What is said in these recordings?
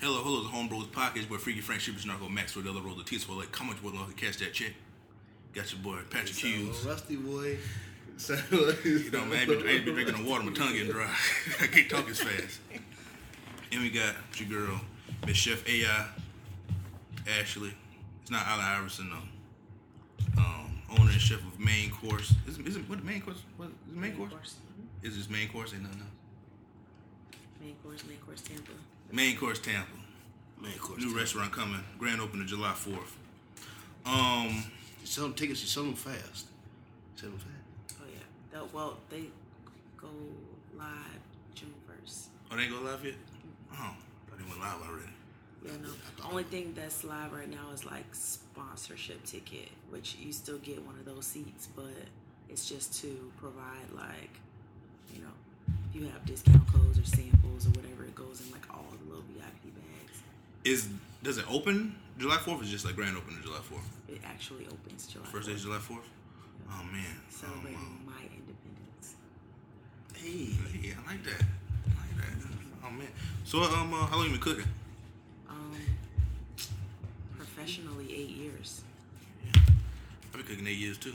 Hello, hello, the Homebrews Podcast where Freaky Frank Shippers Narco Max with the other roll the teeth for like how much we're gonna catch that check. Got your boy Patrick So, uh, Hughes. Rusty boy. So, uh, You know, man, I ain't been, I ain't been drinking the water, my tongue getting dry. I can't talk as fast. And we got your girl, Miss Chef AI, Ashley. It's not Allen Iverson though. Um, owner and chef of Main Course. Is, is it what the main course? What is it main, Main course? course. mm-hmm. Is this main course? Ain't nothing else. Main course, main course, Tampa. Main Course Tampa. Man, of course. New restaurant coming. Grand opening July 4th. Um, Sell them tickets. You sell them fast. Sell them fast. Oh yeah. That, well, they go live June first. Oh, they ain't go live yet? Oh, they went live already. You know, the only thing that's live right now is like sponsorship ticket, which you still get one of those seats, but it's just to provide like, you know, if you have discount codes or samples or whatever, it goes in like all the little VIP bags. Is does it open July fourth? Is just like grand opening July fourth? It actually opens July First day 4th, is July fourth. Oh man. Oh, celebrating wow. my independence. Hey. Hey, I like that. I like that. Oh man. So um, uh, how long you been cooking? Um, professionally, eight years. I've been cooking eight years too.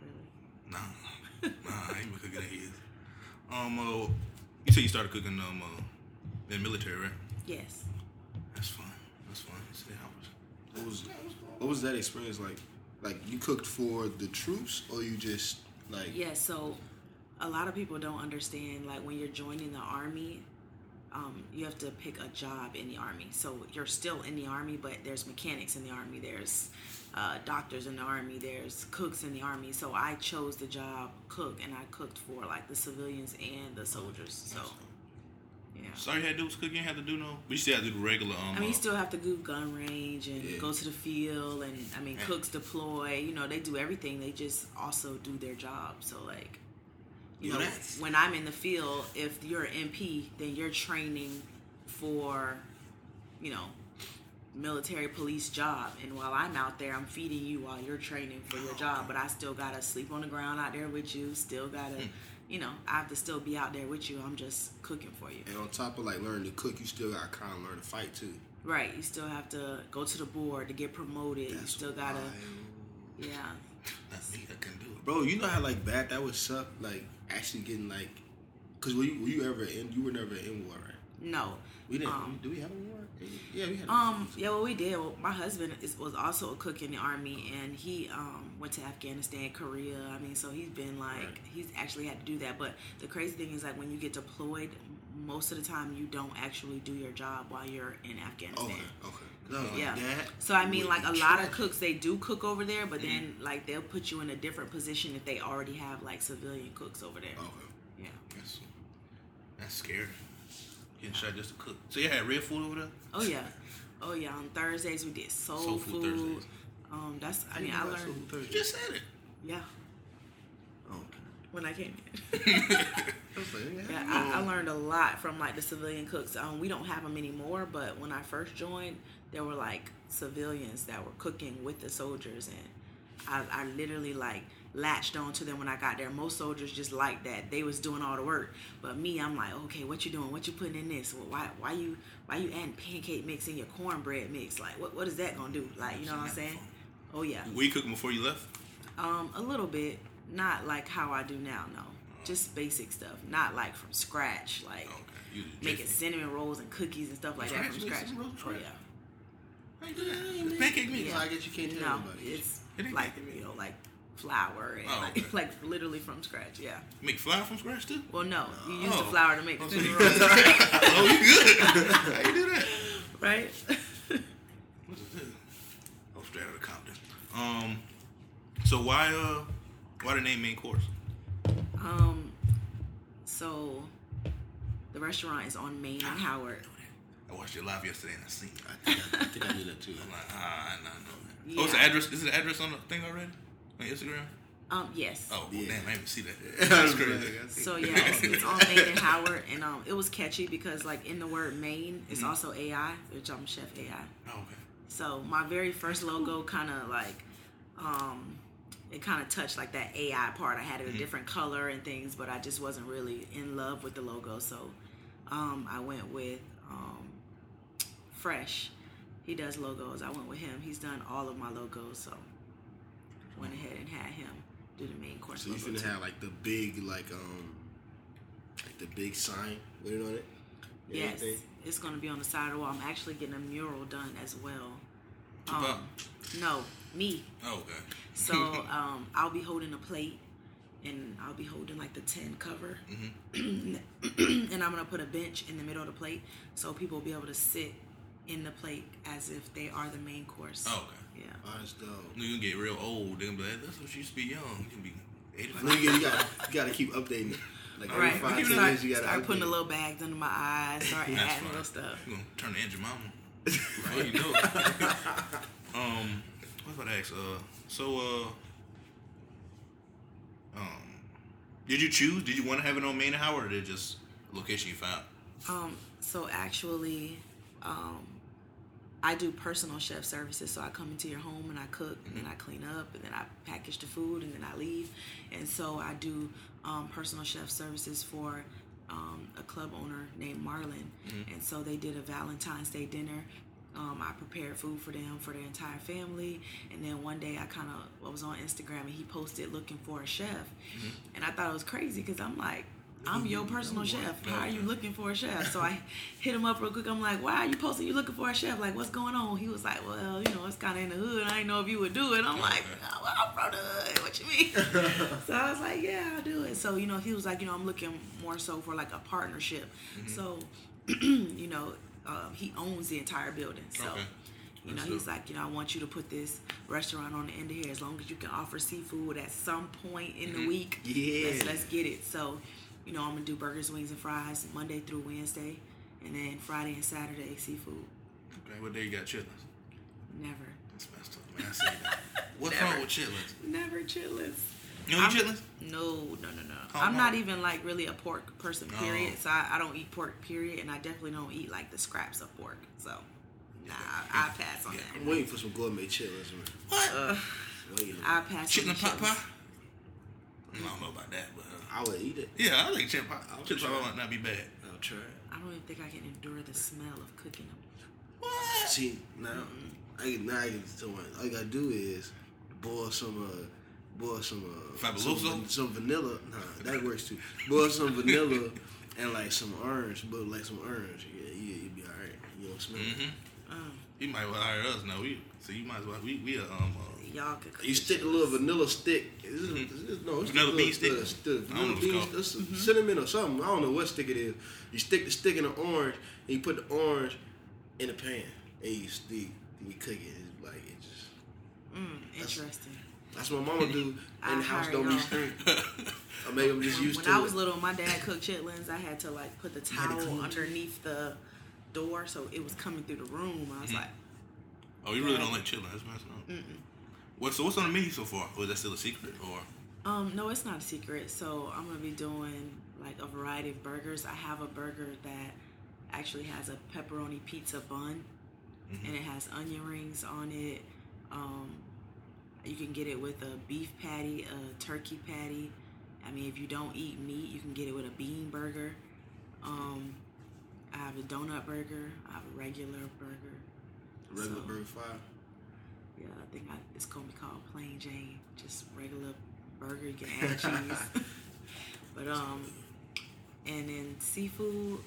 Really? Nah, nah, I ain't been cooking eight years. Um, uh, you said you started cooking um uh, in the military, right? Yes. That's fun. That's fun. You said how was? What was what was that experience like? Like you cooked for the troops, or you just like Yeah, so a lot of people don't understand like when you're joining the army, um, you have to pick a job in the army. So you're still in the army, but there's mechanics in the army, there's uh, doctors in the army, there's cooks in the army. So I chose the job cook, and I cooked for like the civilians and the soldiers. So yeah. Sorry, you had to do was cook. You ain't have to do no. But you still had to do regular um. I mean, uh, you still have to do gun range and Yeah. go to the field, and I mean, Yeah. cooks deploy. You know, they do everything. They just also do their job. So like, you Yo, know, that's- when I'm in the field, if you're an MP, then you're training for, you know, military police job. And while I'm out there, I'm feeding you while you're training for Oh, your job. But I still gotta sleep on the ground out there with you. Still gotta, Hmm. you know, I have to still be out there with you. I'm just cooking for you. And on top of like learning to cook, you still gotta kind of learn to fight too. Right, you still have to go to the board to get promoted. you That's still gotta, wild. yeah. Not me. I can do it. Bro, you know how like bad that would suck. Like actually getting like, cause were you, were you ever in? You were never in war, right? No. We didn't. Um, do we have a war? Yeah, we had. a- Um, yeah, well, we did. Well, my husband is, was also a cook in the army, and he um, went to Afghanistan, Korea. I mean, so he's been like, Right. he's actually had to do that. But the crazy thing is, like, when you get deployed, most of the time you don't actually do your job while you're in Afghanistan. Okay, okay. No, like, Yeah. that So I mean, would like be a lot of tragic. cooks, they do cook over there, Mm-hmm. but then like they'll put you in a different position if they already have like civilian cooks over there. Okay. Yeah. That's that's scary. Getting shot just to cook. So you had real food over there? Oh yeah. Oh yeah. On Thursdays we did soul, Soul food food. Thursdays. Um, that's. I mean, I That's learned. so You Thursday. just said it. Yeah. Oh, okay. When I came in. I was like, Yeah, I, I learned a lot from like the civilian cooks. Um, we don't have them anymore, but when I first joined, there were like civilians that were cooking with the soldiers, and I, I literally like latched on to them when I got there. Most soldiers just like that; they was doing all the work, but me, I'm like, okay, what you doing? What you putting in this? Well, why why you why you adding pancake mix in your cornbread mix? Like, what what is that gonna do? Like, you know what I'm saying? Oh yeah, Were you cooking before you left? um, a little bit, not like how I do now, no. Just basic stuff, not like from scratch, like Oh, Okay. You was making just- cinnamon rolls and cookies and stuff like Scratch? that from You make scratch. cinnamon rolls Oh from yeah. scratch? I ain't do that. It's Pancake mix. So I guess you can't tell No, anybody. it's It ain't like making me- you know, like flour and Oh, like, okay. like literally from scratch. Yeah. Make flour from scratch too? Well, no, you use the Oh. flour to make the Oh, cinnamon so you- rolls, oh, you good? I ain't do that. right? What is this? Oh, straight out of Compton. Um. So why uh why the name main course? um, so the restaurant is on Main Ah. and Howard. I watched it live yesterday and I seen it. I think I, I think I knew that too. I'm like, ah, nah, nah, nah. Oh, it's the Yeah. address. Is it the address on the thing already? On Instagram? Um, yes. Oh, well, Yeah. damn, I didn't see that. That's crazy. So yeah, it's, it's on Maine and Howard, and um, it was catchy because like in the word Maine, Mm-hmm. it's also AI, which I'm Chef AI. Oh, okay. So my very first logo kind of like, um, it kind of touched like that AI part. I Mm-hmm. had it a different color and things, but I just wasn't really in love with the logo. So um, I went with um, Fresh. He does logos. I went with him. He's done all of my logos, so went ahead and had him do the main course. So you logo finna too. have like the big like um like the big sign with it on it. and Yes, everything? it's gonna be on the side of the wall. I'm actually getting a mural done as well. Tupac? Um, no, me. Oh, okay. So um, I'll be holding a plate, and I'll be holding like the tin cover, and I'm gonna put a bench in the middle of the plate so people will be able to sit in the plate as if they are the main course. Oh, okay. Yeah. Oh, that's dope. You gonna get real old. They gonna be like, that's what she used to be young. You can be I 85. know you, gotta- you gotta you gotta keep updating it. Like every Right. five ten Start, minutes you gotta start update putting it. the little bags under my eyes. Start That's adding fine. little stuff. You gonna turn to Andrew Mama before you know it. um, what about I ask? Uh, so uh, um, did you choose? Did you want to have it on Main and Howard, or did it just a location you found? Um, so actually, um, I do personal chef services. So I come into your home and I cook, and then I clean up, and then I package the food, and then I leave. And so I do um, personal chef services for um, a club owner named Marlon. And so they did a Valentine's Day dinner. Um, I prepared food for them for their entire family, and then one day I kind of I was on Instagram and he posted looking for a chef, and I thought it was crazy because I'm like, I'm your personal chef. How are you looking for a chef? So I hit him up real quick. I'm like, why are you posting? You looking for a chef? Like, what's going on? He was like, well, you know, it's kind of in the hood. I didn't know if you would do it. I'm like, oh, well, I'm from the hood. What you mean? so I was like, yeah, I'll do it. So you know, he was like, you know, I'm looking more so for like a partnership. Mm-hmm. So, you know, um, he owns the entire building. So. Okay. You know, That's he's dope. like, you know, I want you to put this restaurant on the end of here as long as you can offer seafood at some point in Mm-hmm. the week. Let's, Yeah. let's get it. So, you know, I'm gonna do burgers, wings, and fries Monday through Wednesday, and then Friday and Saturday seafood. Okay, what day you got chitlins? Never, That's messed up. Man, I say that. What's wrong with chitlins? never chitlins. You don't eat I'm- chitlins? No, no, no, no. Oh, I'm not no. even like really a pork person. No. Period. So I, I don't eat pork. Period, and I definitely don't eat like the scraps of pork. So, nah, I, I pass on Yeah. that. I'm waiting for some gourmet chitlins, man. Uh, What? Waiting. I, I pass on chitlin the pot chitlins. pie? I don't know about that, but uh, would eat it. yeah, I think chitlin pot. I'll Chitlin try. pot might not be bad. I'll try it. I don't even think I can endure the smell of cooking them. What? See now, I can now I can tell my- all I gotta do is boil some uh boil some uh some, Fabuloso? van- some vanilla. Nah, that works too. Boil some vanilla and like some orange, but like some orange. Yeah, yeah, you'd be alright. You don't smell. Mm-hmm. it. Oh. You might well hire us now. We so you might as well. We we are um. Uh, Y'all could cook You the stick a chitlins. little vanilla stick. It's, it's, no, Mm-hmm. it's Vanilla the bean little- stick? the- the I don't know vanilla what it's bean- called. Mm-hmm. that's some cinnamon or something. I don't know what stick it is. You stick the stick in the orange, and you put the orange in the pan, and you stick. We cook it. It's like it just. Mm, Interesting. That's what mama do in I the house. heard Don't be y'all. straight. Or maybe I'm just when, used when to I it. was little, my dad cooked chitlins. I had to like put the had to towel clean it. underneath the door so it was coming through the room. Mm-hmm. I was like, oh, you really don't like chitlins? That's messed up. oh. What so what's on the menu so far? Or is that still a secret? Or um, no, it's not a secret. So I'm gonna be doing like a variety of burgers. I have a burger that actually has a pepperoni pizza bun, and it has onion rings on it. Um, you can get it with a beef patty, a turkey patty. I mean, if you don't eat meat, you can get it with a bean burger. Um, I have a donut burger. I have a regular burger. regular so- burger fire. Yeah, I think I, it's gonna be called Plain Jane, just regular burger. You can add cheese, but um, and then seafood,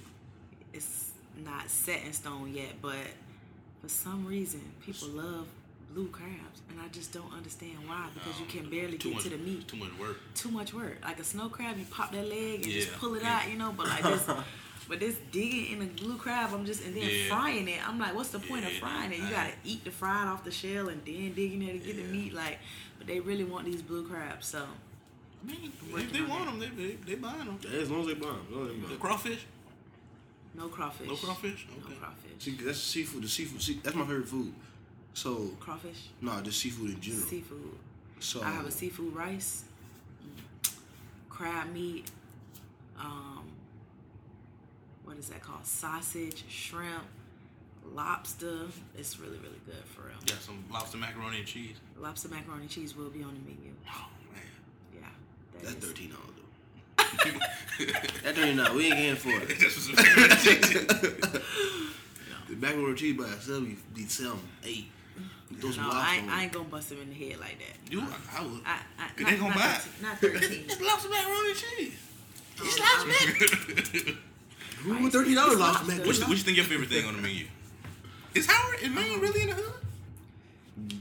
it's not set in stone yet. But for some reason, people love blue crabs, and I just don't understand why. Because you can Oh, barely um, too get much to the meat. Too much work. Too much work. Like a snow crab, you pop that leg and just Yeah, pull it yeah. out, you know. But like this, but this digging in a blue crab, I'm just and then Yeah. frying it. I'm like, what's the point of Yeah, frying it? You I- gotta eat the fried off the shell and then dig in there to get the meat. Like, but they really want these blue crabs, so I mean, Working if they on want it. them, they they, they buying them. Yeah, as long as they bomb. As long as they The bomb. crawfish. no crawfish. No crawfish? Okay. No crawfish. See, that's seafood. The seafood. See, that's my favorite food. So Crawfish. no, just seafood in general. Seafood. So I have a seafood rice, mm, crab meat, um, what is that called? Sausage, shrimp, lobster. It's really, really good for real. Got some lobster macaroni and cheese. Lobster macaroni and cheese will be on the menu. Oh man. Yeah. that That's is- thirteen dollars though. that thirteen dollars. We ain't getting for it. That's what's black roll cheese by itself, you be selling eight. You throw some No, lobster I, on I it. ain't gonna bust him in the head like that. You, I, I would. I, I, They not- ain't gonna not buy it. 13 Not thirteen. It's lobster macaroni and cheese. It's lobster Who would thirteen dollars lobster It's lobster. mac? What you, what you think your favorite thing on the menu? Is Howard is Maine really in the hood?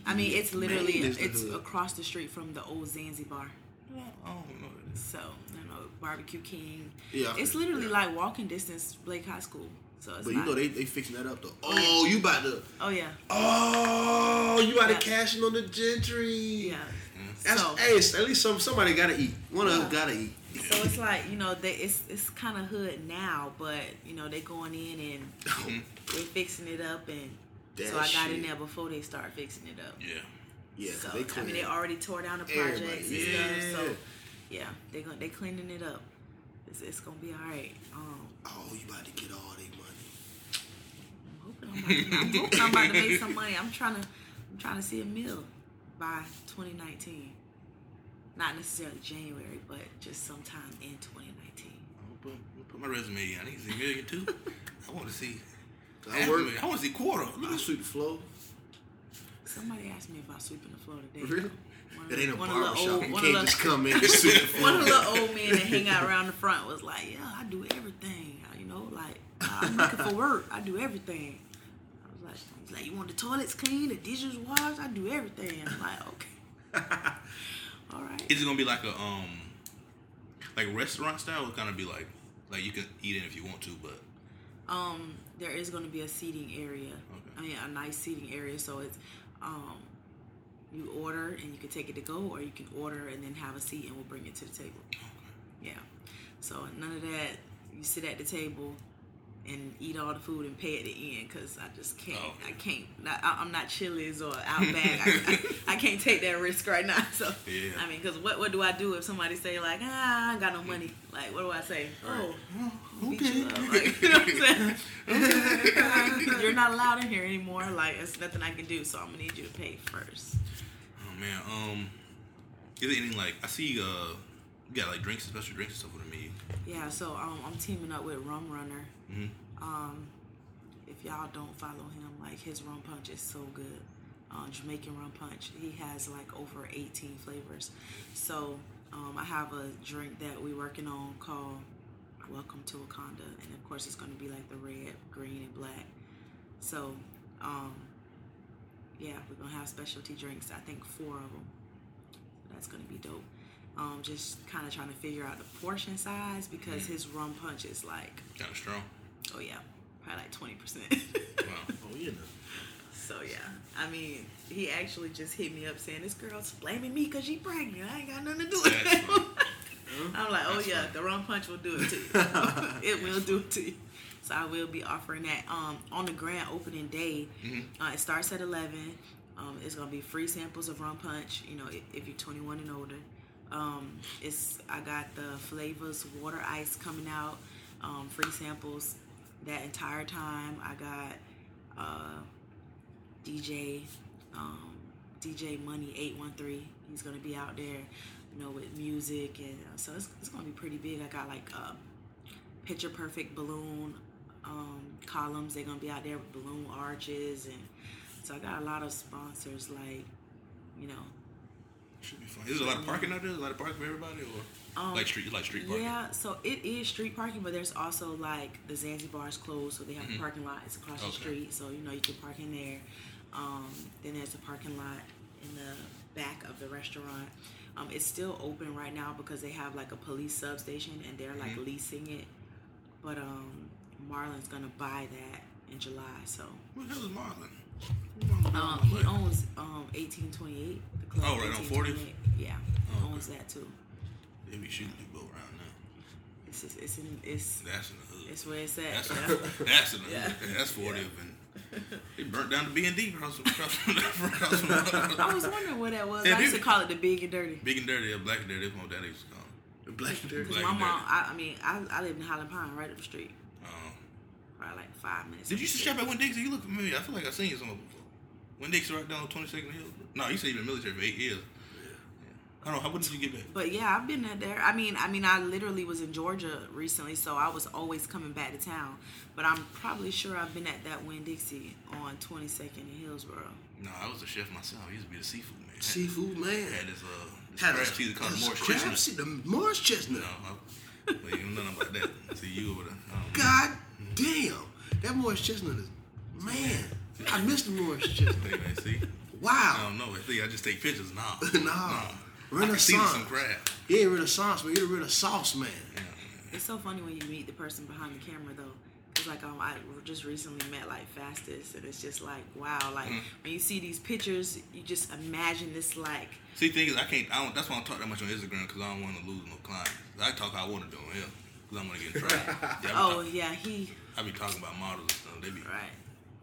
I mean, it's literally Maine is the it's hood. across the street from the old Zanzibar. I don't know. So you know, Barbecue King. Yeah. It's literally Yeah. like walking distance Blake High School. So it's But you not, know they they fixing that up though. Oh, you about to? Oh yeah, Oh, you about Yeah. to cash in on the gentry? yeah. Mm-hmm. That's, So, hey, it's- at least some somebody gotta eat. One of Yeah. us gotta eat. so it's like you know they it's it's kind of hood now, but you know they going in and Mm-hmm. they fixing it up and. That so I got in shit. there before they start fixing it up. Yeah. Yeah, so, they I clean. mean, they already tore down the Everybody, projects and yeah. stuff. So, yeah, they gon' they cleaning it up. It's, it's gonna be all right. Um, oh, you about to get all their money. I'm hoping I'm, about to, I'm hoping I'm about to make some money. I'm trying to I'm trying to see a meal by 2019. Not necessarily January, but just sometime in 2019. I'll put, I'll put my resume in. I need to see million too. I want to see. I half a work. million. I want to see quarter. Look I at sweep the floor. Somebody asked me if I sweep in the floor today. Really? One of That the- ain't a one of the barbershop. old- You one of can't the- just come in and sweep the floor. One of the old men that hang out around the front was like, "Yeah, I do everything. I- You know, like I'm looking for work. I do everything." I was like, "He's like, you want the toilets clean, the dishes washed? I do everything." I'm like, "Okay, all right." Is it gonna be like a um, like restaurant style? It's gonna be like like you can eat in if you want to, but Um, there is going to be a seating area. Okay. I mean, a nice seating area. So it's, um, you order and you can take it to go, or you can order and then have a seat, and we'll bring it to the table. Yeah. So none of that. You sit at the table and eat all the food and pay at the end because I just can't. Oh. I can't. Not, I, I'm not Chili's or Outback. I, I, I can't take that risk right now. So Yeah. I mean, because what what do I do if somebody say like ah I ain't got no money? Like what do I say? Oh, I'll beat you up. Like, you know what I'm saying? Oh. You're not allowed in here anymore. Like it's nothing I can do. So I'm gonna need you to pay first. oh man, um, is it anything like I see uh, you got like drinks, special drinks and stuff with the menu. Yeah. So um, I'm teaming up with Rum Runner. Mhm. Um, if y'all don't follow him, like his rum punch is so good. Um, Jamaican rum punch. He has like over 18 flavors. So um, I have a drink that we're working on called Welcome to Wakanda, and of course it's going to be like the red, green, and black. So um, yeah, we're gonna have specialty drinks. I think four of them. That's gonna be dope. Um, just kind of trying to figure out the portion size because his rum punch is like Kind of strong. Oh yeah, probably like twenty percent. Wow. Oh, you know. so yeah, I mean, he actually just hit me up saying this girl's blaming me because she pregnant. I ain't got nothing to do with That's it. I'm like, oh That's yeah, funny. the wrong punch will do it to you. it will do it to you. So I will be offering that um, on the grand opening day. Uh, it starts at eleven. Um, it's gonna be free samples of rum punch. You know, if, if you're 21 and older. Um, it's I got the flavors water ice coming out. Um, free samples that entire time. I got uh, DJ um, DJ Money eight one three. He's gonna be out there, you know, with music and uh, so it's, it's gonna be pretty big. I got like a picture perfect balloon um, columns. They're gonna be out there with balloon arches and so I got a lot of sponsors like, you know, Should be fun. Is there a lot of parking out there? A lot of parking for everybody, or Um, like street, like street parking? Yeah, so it is street parking, but there's also like the Zanzibar is closed, so they have the parking lots across the Mm-hmm. Okay. street. So you know you can park in there. Um, then there's a parking lot in the back of the restaurant. Um, it's still open right now because they have like a police substation and they're like Mm-hmm. leasing it. But um, Marlon's gonna buy that in July. So What the hell is Marlon? Who Marlon um, Marlon he like? owns um, 1828. The club Oh, right on 40th? 1828. Yeah, Oh, he okay. owns that too. They be shooting people around now. It's just, it's in, it's That's in the hood. it's where it's at. That's yeah. that's enough. Yeah. That's forty of and they burnt down the B and D across across from across from I was wondering what that was. Yeah, I used to dude. call it the big and dirty. Big and Dirty or Black and Dirty. That's what that used to call. it. The black dirt. Because Black my and mom, dirty. I, I mean, I, I lived in Highland Pine, right up the street, Um, probably like five minutes. did you up used the to street. shop at Winn Dixie? You look familiar. I feel like I seen you somewhere before. Winn Dixie right down on Twenty Second Hill. No, you said you've been military for eight years. I don't know. When did you get back? But yeah, I've been there. I mean, I mean, I literally was in Georgia recently, so I was always coming back to town. But I'm probably sure I've been at that Winn Dixie on 22nd in Hillsboro. No, I was a chef myself. I used to be the seafood man. Seafood man. Had this, uh, this crab cheese called this Morris crab Chestnut. seed- the Morris No, chestnut. I, well, you know nothing about that. See you over there. I don't know. God damn, that Morris chestnut is man. I miss the Morris chestnut. Hey, man, see, I Wow. don't know. See, I just take pictures. Nah, Nah. I can see some Renaissance. crab. You ain't Renaissance, man. You're the Renaissance man. It's so funny when you meet the person behind the camera though. Cause like um, I just recently met like Fastest, and it's just like wow, like Mm. when you see these pictures, you just imagine this like See, thing is, I can't. I don't. That's why I don't talk that much on Instagram because I don't want to lose no clients. I talk how I want to do on here because I'm gonna get in trouble. yeah, I, be oh talk- yeah he I be talking about models and stuff. They be. right,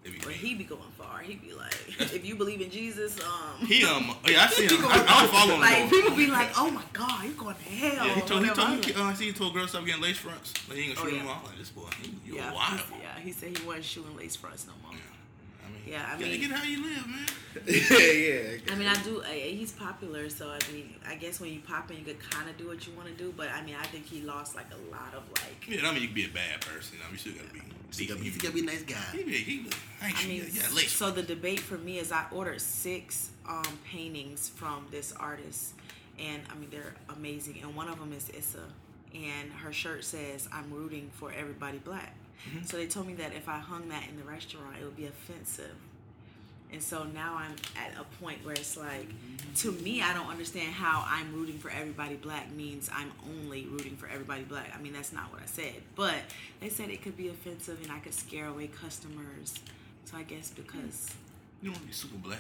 They be. but he be going far. He be like if you believe in Jesus, um, he um. Yeah, I see him. I, I don't follow him. like no more. people be like oh my god, you're going to hell. Yeah, he or told he whatever. I'm told like, he, uh, I see he told girls stop getting lace fronts. Like he ain't Oh, gonna shoot yeah. them all. Like this boy, you yeah, a wild. he- yeah, he said he wasn't shooting lace fronts no more. I mean, Yeah, I you gotta mean- get how you live, man. yeah, yeah. I mean, I do. I, he's popular, so I mean, I guess when you pop in, you could kind of do what you want to do. But I mean, I think he lost like a lot of like. Yeah, I mean you can be a bad person. I mean, you still gotta be. You gotta, be, you gotta be a nice guy. He be, he be, I ain't I shooting. mean, you. Yeah, lace. so the debate for me is I ordered six um, paintings from this artist, and I mean they're amazing. And one of them is Issa, and her shirt says "I'm rooting for everybody black." Mm-hmm. So they told me that if I hung that in the restaurant, it would be offensive. And so now I'm at a point where it's like, to me, I don't understand how I'm rooting for everybody black means I'm only rooting for everybody black. I mean, that's not what I said. But they said it could be offensive and I could scare away customers. So I guess because You don't want to be super black.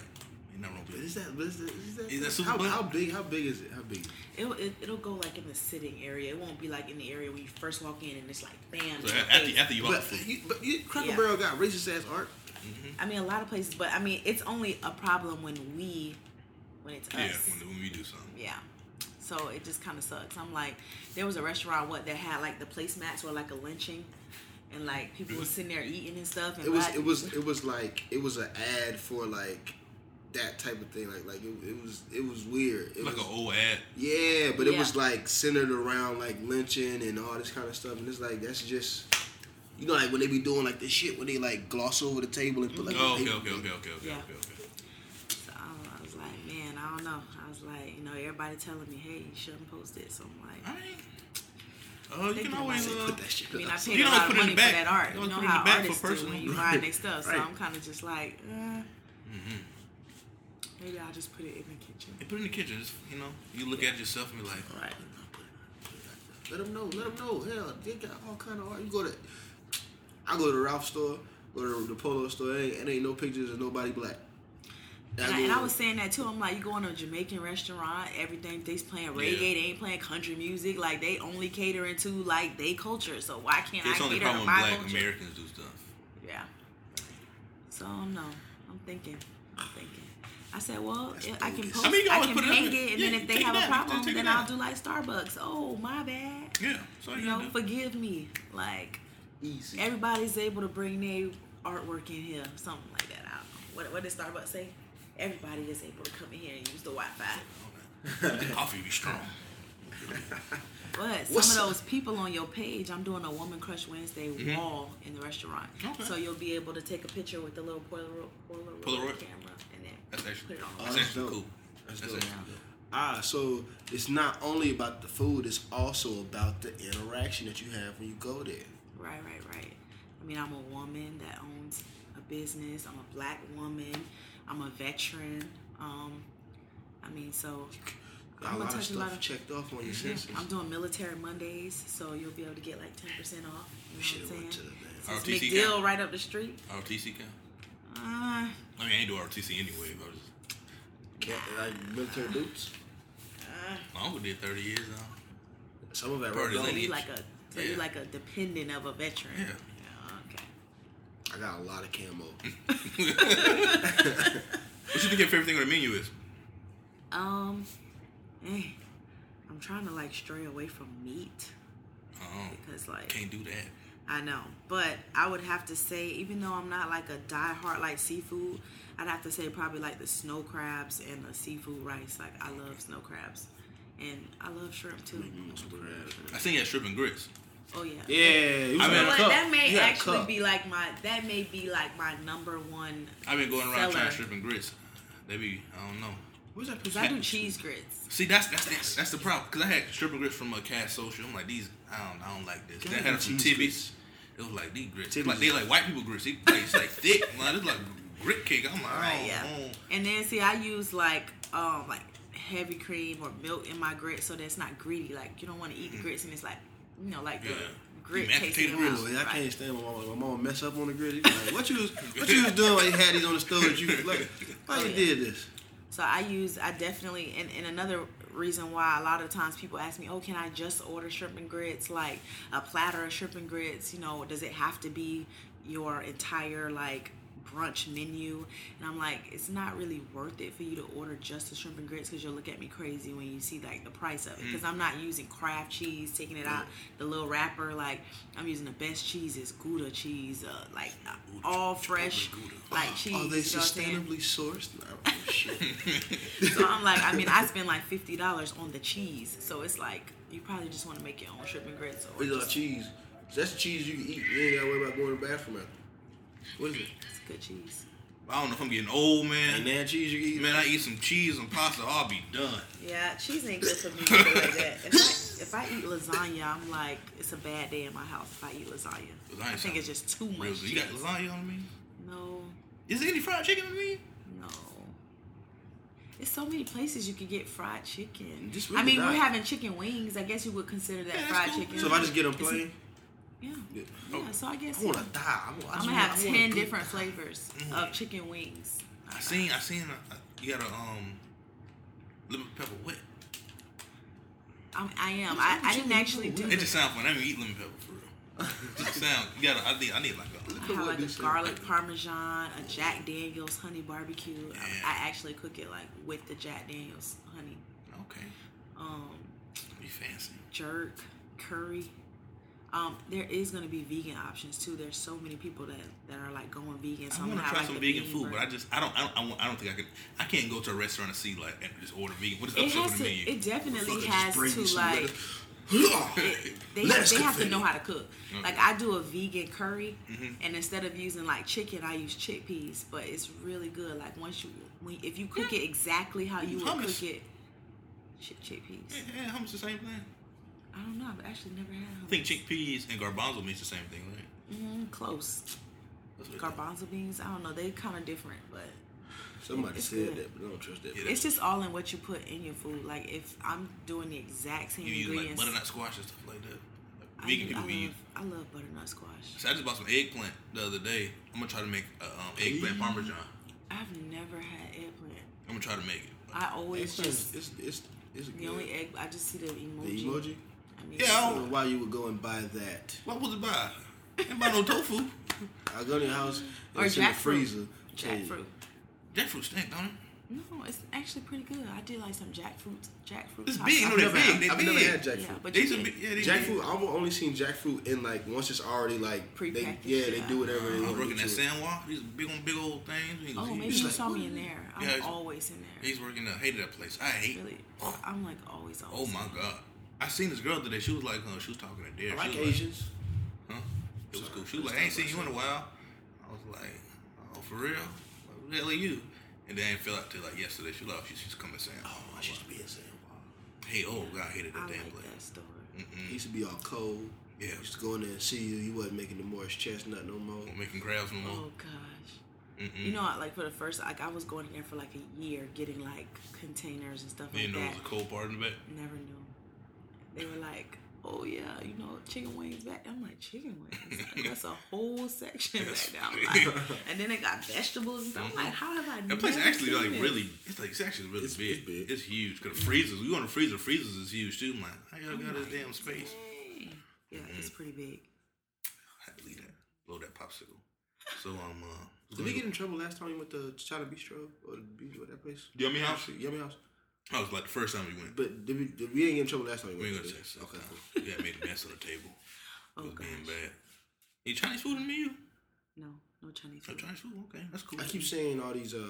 Ain't nothing wrong But with is that. that, but is that, is that, Is that super how, black? how big? How big is it? How big? it'll, it, it'll go like in the sitting area. It won't be like in the area when you first walk in and it's like bam. So in your a- after face. after you off the But food, you, but you, Cracker Yeah. Barrel got racist ass art. I mean, a lot of places, but I mean, it's only a problem when we, when it's yeah, us. when, when we do something. Yeah. So it just kind of sucks. I'm like, there was a restaurant what that had like the placemats were like a lynching, and like people were sitting there eating and stuff. And It was, like- it was, it was like it was an ad for like that type of thing. Like, like it, it was, it was weird. It Like was, an old ad. Yeah, but it was Yeah. like centered around like lynching and all this kind of stuff, and it's like that's just, you know, like when they be doing like this shit where they like gloss over the table and put like. a Oh, okay, paper- okay, okay, okay, okay, Yeah. okay, okay. So I, don't know, I was like, man, I don't know. I was like, you know, everybody telling me, hey, you shouldn't post it. So I'm like, I mean, uh, you They can can always always uh, Put that shit I mean, up. I paid You a always lot put of it in the money back. for that You art. You always know put it in the how back for artists do when personal. you buy their stuff. So Right. I'm kind of just like, uh, Mm-hmm. maybe I'll just put it in the kitchen. put it in the kitchen. Just, you know, you look at it yourself and be like, Right. Let them know. Let them know. Hell, they got all kind of art. You go to, I go to the Ralph store, go to the Polo store. It ain't, it ain't no pictures of nobody black. And I, and I go- was saying that too. I'm like, you going to a Jamaican restaurant, everything they's playing reggae, Yeah. they ain't playing country music. Like they only catering to like they culture. So why can't it's I only cater problem to when my black culture? Americans do stuff. Yeah. So I don't know. I'm thinking. I'm thinking. I said, well, That's if I can bogus. post, I I, mean, you always can put it up hang it, there. and Yeah, then you if they take it have down. a You can problem, take it then down. I'll do like Starbucks. Oh, my bad. Yeah, so you, You know, gotta do. forgive me. Like easy. everybody's able to bring their artwork in here, something like that. I don't know. What, what did Starbucks say? Everybody is able to come in here and use the Wi-Fi. The coffee be strong. But some What's of up? those people on your page, I'm doing a Woman Crush Wednesday wall in the restaurant. Okay. So you'll be able to take a picture with the little Polaroid, Polaroid, Polaroid? camera and then That's actually, put it on. that's that's actually dope. cool. That's That's dope. actually cool. Ah, so it's not only about the food; it's also about the interaction that you have when you go there. Right, right, right. I mean, I'm a woman that owns a business. I'm a black woman. I'm a veteran. Um, I mean, so Got I'm a gonna lot of touch a lot stuff of- checked off on your census. I'm doing Military Mondays, so you'll be able to get like 10% off. We You know should what I'm went to saying? the man. Since RTC McDill count? right up the street. RTC count? Uh, I mean, I ain't do RTC anyway. But I, was, Can't, like military boots. my uncle did 30 years now. Some of that Party right So lady. on. uh, you like a so Yeah. you like a dependent of a veteran. Yeah. okay. I got a lot of camo. What you think your favorite thing on the menu is? Um, eh, I'm trying to like stray away from meat Oh, because like can't do that. I know, but I would have to say even though I'm not like a diehard like seafood, I'd have to say probably like the snow crabs and the seafood rice. Like I love snow crabs. And I love shrimp too. Make me want some crab. I seen that shrimp and grits. Oh yeah. Yeah, it was I mean, You know like- what? cup. That may You had a actually cup. be like my that may be like my number one. I've been going around Seller. trying shrimp and grits. They be I don't know. Where's that Cause I do cheese grits. See, that's that's that's, that's the problem. Cause I had shrimp and grits from a cast social. I'm like these. I don't I don't like this. Can They I had it get from cheese Tibby's. It was like these grits. Tibby's Like they is- like white people grits. They like, it's like thick. Like it's like grit cake. I'm like I Right, don't yeah. know. And then see, I use like um like heavy cream or milk in my grits, so that's not greedy. Like you don't want to eat the grits, and it's like you know like the Yeah. grit Mashed tasting. potato your rolls, mouth, Boy, I right? can't stand my mama. My mama mess up on the grid. Like, what you was, what you was doing? While you had these on the stove. That you was like, why you Oh, yeah. did this? So I use I definitely and, and another reason why a lot of times people ask me, Oh, can I just order shrimp and grits? Like a platter of shrimp and grits, you know, does it have to be your entire like brunch menu? And I'm like, it's not really worth it for you to order just the shrimp and grits because you'll look at me crazy when you see like the price of it. Because I'm not using craft cheese, taking it out the little wrapper, like I'm using the best cheeses, Gouda cheese, uh, like uh, all fresh Gouda. like cheese. Are they you know what I'm saying? sustainably sourced? No, oh, shit. So I'm like, I mean, I spend like fifty dollars on the cheese, so it's like you probably just want to make your own shrimp and grits. Or We love just- cheese. That's the cheese you can eat. You ain't gotta worry about going to the bathroom after. What is it? It's good cheese. I don't know if I'm getting old, And man. that cheese you can eat. Man, I eat some cheese and pasta. I'll be done. Yeah, cheese ain't good for me either like that. If I, if I eat lasagna, I'm like, it's a bad day in my house if I eat lasagna. Lasagna I think sound it's just too Real much. good. You got cheese. lasagna on me? No, Is there any fried chicken on me? no. It's so many places you could get fried chicken. Just I really mean, not. we're having chicken wings. I guess you would consider that Yeah, that's fried cool. chicken. So if I just get them It's- plain, yeah, yeah. yeah. So I guess I wanna die. I wanna, I I'm just gonna wanna- Oh. have I wanna ten go- different flavors of chicken wings. Mm-hmm. I seen, I seen, a, a- you got a um, lemon pepper wet. I'm, I am. What's I, up with I didn't chicken actually do wings? It the, just sounds fun. I don't even eat lemon pepper for real. Just sound. You gotta. I need. I need like I a. Could have we like do a some- garlic parmesan, a Jack Daniels honey barbecue. I, I actually cook it like with the Jack Daniels honey, Okay. um, You fancy. jerk, curry. Um, there is gonna be vegan options too. There's so many people that, that are like going vegan. So I I'm want to gonna have, try like, some the vegan bean food, but I burger. just. I don't. I don't. I, won't- I don't think I can. I can't go to a restaurant and see like and just order vegan. What is it up has to the to. menu? It Fuck definitely it, just has bring me to some like. lettuce. it- they, Lettuce they have to confetti. know how to cook. Like Okay. I do a vegan curry, Mm-hmm. and instead of using like chicken, I use chickpeas. But it's really good. Like once you, when, if you cook it exactly how you would Hummus. Mm. cook it, chick chickpeas. yeah, yeah, hummus the same thing. I don't know. I've actually never had. Hummus. I think chickpeas and garbanzo means the same thing, right? Mm, close. That's what it- Garbanzo beans. I don't know. They kind of different, but Somebody It's said good. that, but I don't trust that. Yeah. it's just all in what you put in your food. Like if I'm doing the exact same You use like ingredients, butternut squash and stuff like that. Like, I, vegan I, people love, be use. I love butternut squash. So I just bought some eggplant the other day. I'm gonna try to make uh, um, eggplant Eee. parmesan. I've never had eggplant. I'm gonna try to make it. I always It's just just it's it's it's The only egg, I just see the the emoji. emoji. I mean, Yeah, I I don't know why you would go and buy that. What was it by? Didn't buy no tofu. I go to your house and Or it's in the jackfruit. freezer. Hey, jackfruit. Jackfruit stink, don't it? No, it's actually pretty good. I did like some jackfruit. Jackfruit. It's tacos. big, you know, I've they're big. never, They're I've never big. had jackfruit. Yeah, but They you used to be, can- yeah, they Jackfruit, I've only seen jackfruit in like once it's already like they, Prepackaged, yeah, they yeah. do whatever they I was want. working to at it. Sandwalk. These big on big old things. Oh, maybe It's you like- saw me in there. I'm Yeah, it's- always in there. He's working there. Hated that place. I hate. Really, I'm like always. Oh always my god. I seen this girl today. She was like, uh, she was talking to Derek. I like she was Asians. Like, huh? It was Sorry, cool. She I was was like, I ain't talking seen you in a while. I was like, oh, for real? Like, who the hell are you? And then I didn't feel up till like yesterday. She was like, oh, she's, she's coming to Sandwalk. Oh, I used to be at Sandwalk. Hey, oh god, I hated I that damn mm. like place. that store. He used to be all cold. Yeah, we I used just to go in there and see you. You wasn't making the Morris chestnut no more. not making crabs no more. Oh gosh. Mm. You know, I- like for the first, like I was going in there for like a year, getting like containers and stuff You like know, it that. was a cold part in the back. Never knew. They were like, "Oh yeah, you know, chicken wings back." I'm like, "Chicken wings? That's a whole section Yes. back there." I'm like, and then they got vegetables. And stuff. I'm like, "How have I?" That place never actually seen like this? really. It's like it's actually really It's- big. it's big. It's huge. Cause the freezers. We go in the freezer. Freezers is huge too. I'm like, how y'all got I'm this like, damn space? Mm-hmm. "Dang." Yeah, it's pretty big. I had to leave that. Blow that popsicle. So um. Uh, Did we get in trouble last time we went to China Bistro or the beach or that place? Yummy House? Yummy House. I was like the first time we went. But did we, did, we didn't get in trouble last time we we went. ain't gonna did say we? something. Okay. cool. Okay. Yeah, I made a mess on the table. It Oh was gosh, being bad. Eat Chinese food in the meal? no, no Chinese No food. Chinese food. Okay, that's cool. I keep saying all these uh,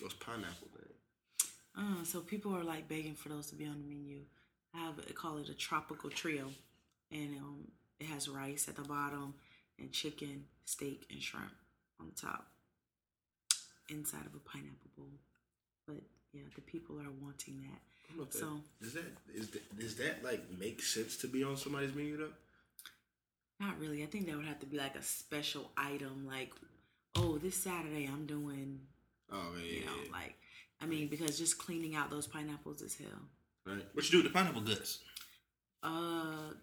those pineapple things. Uh, so people are like begging for those to be on the menu. I have I call it a tropical trio, and um, it has rice at the bottom, and chicken, steak, and shrimp on the top, inside of a pineapple bowl. But yeah, the people are wanting that. I don't know if that- So- does that is that, does that like make sense to be on somebody's menu though? Not really. I think that would have to be like a special item, like, oh, this Saturday I'm doing, Oh man, you know, like, I mean, because just cleaning out those pineapples is hell. right. What you do with the pineapple guts? Uh,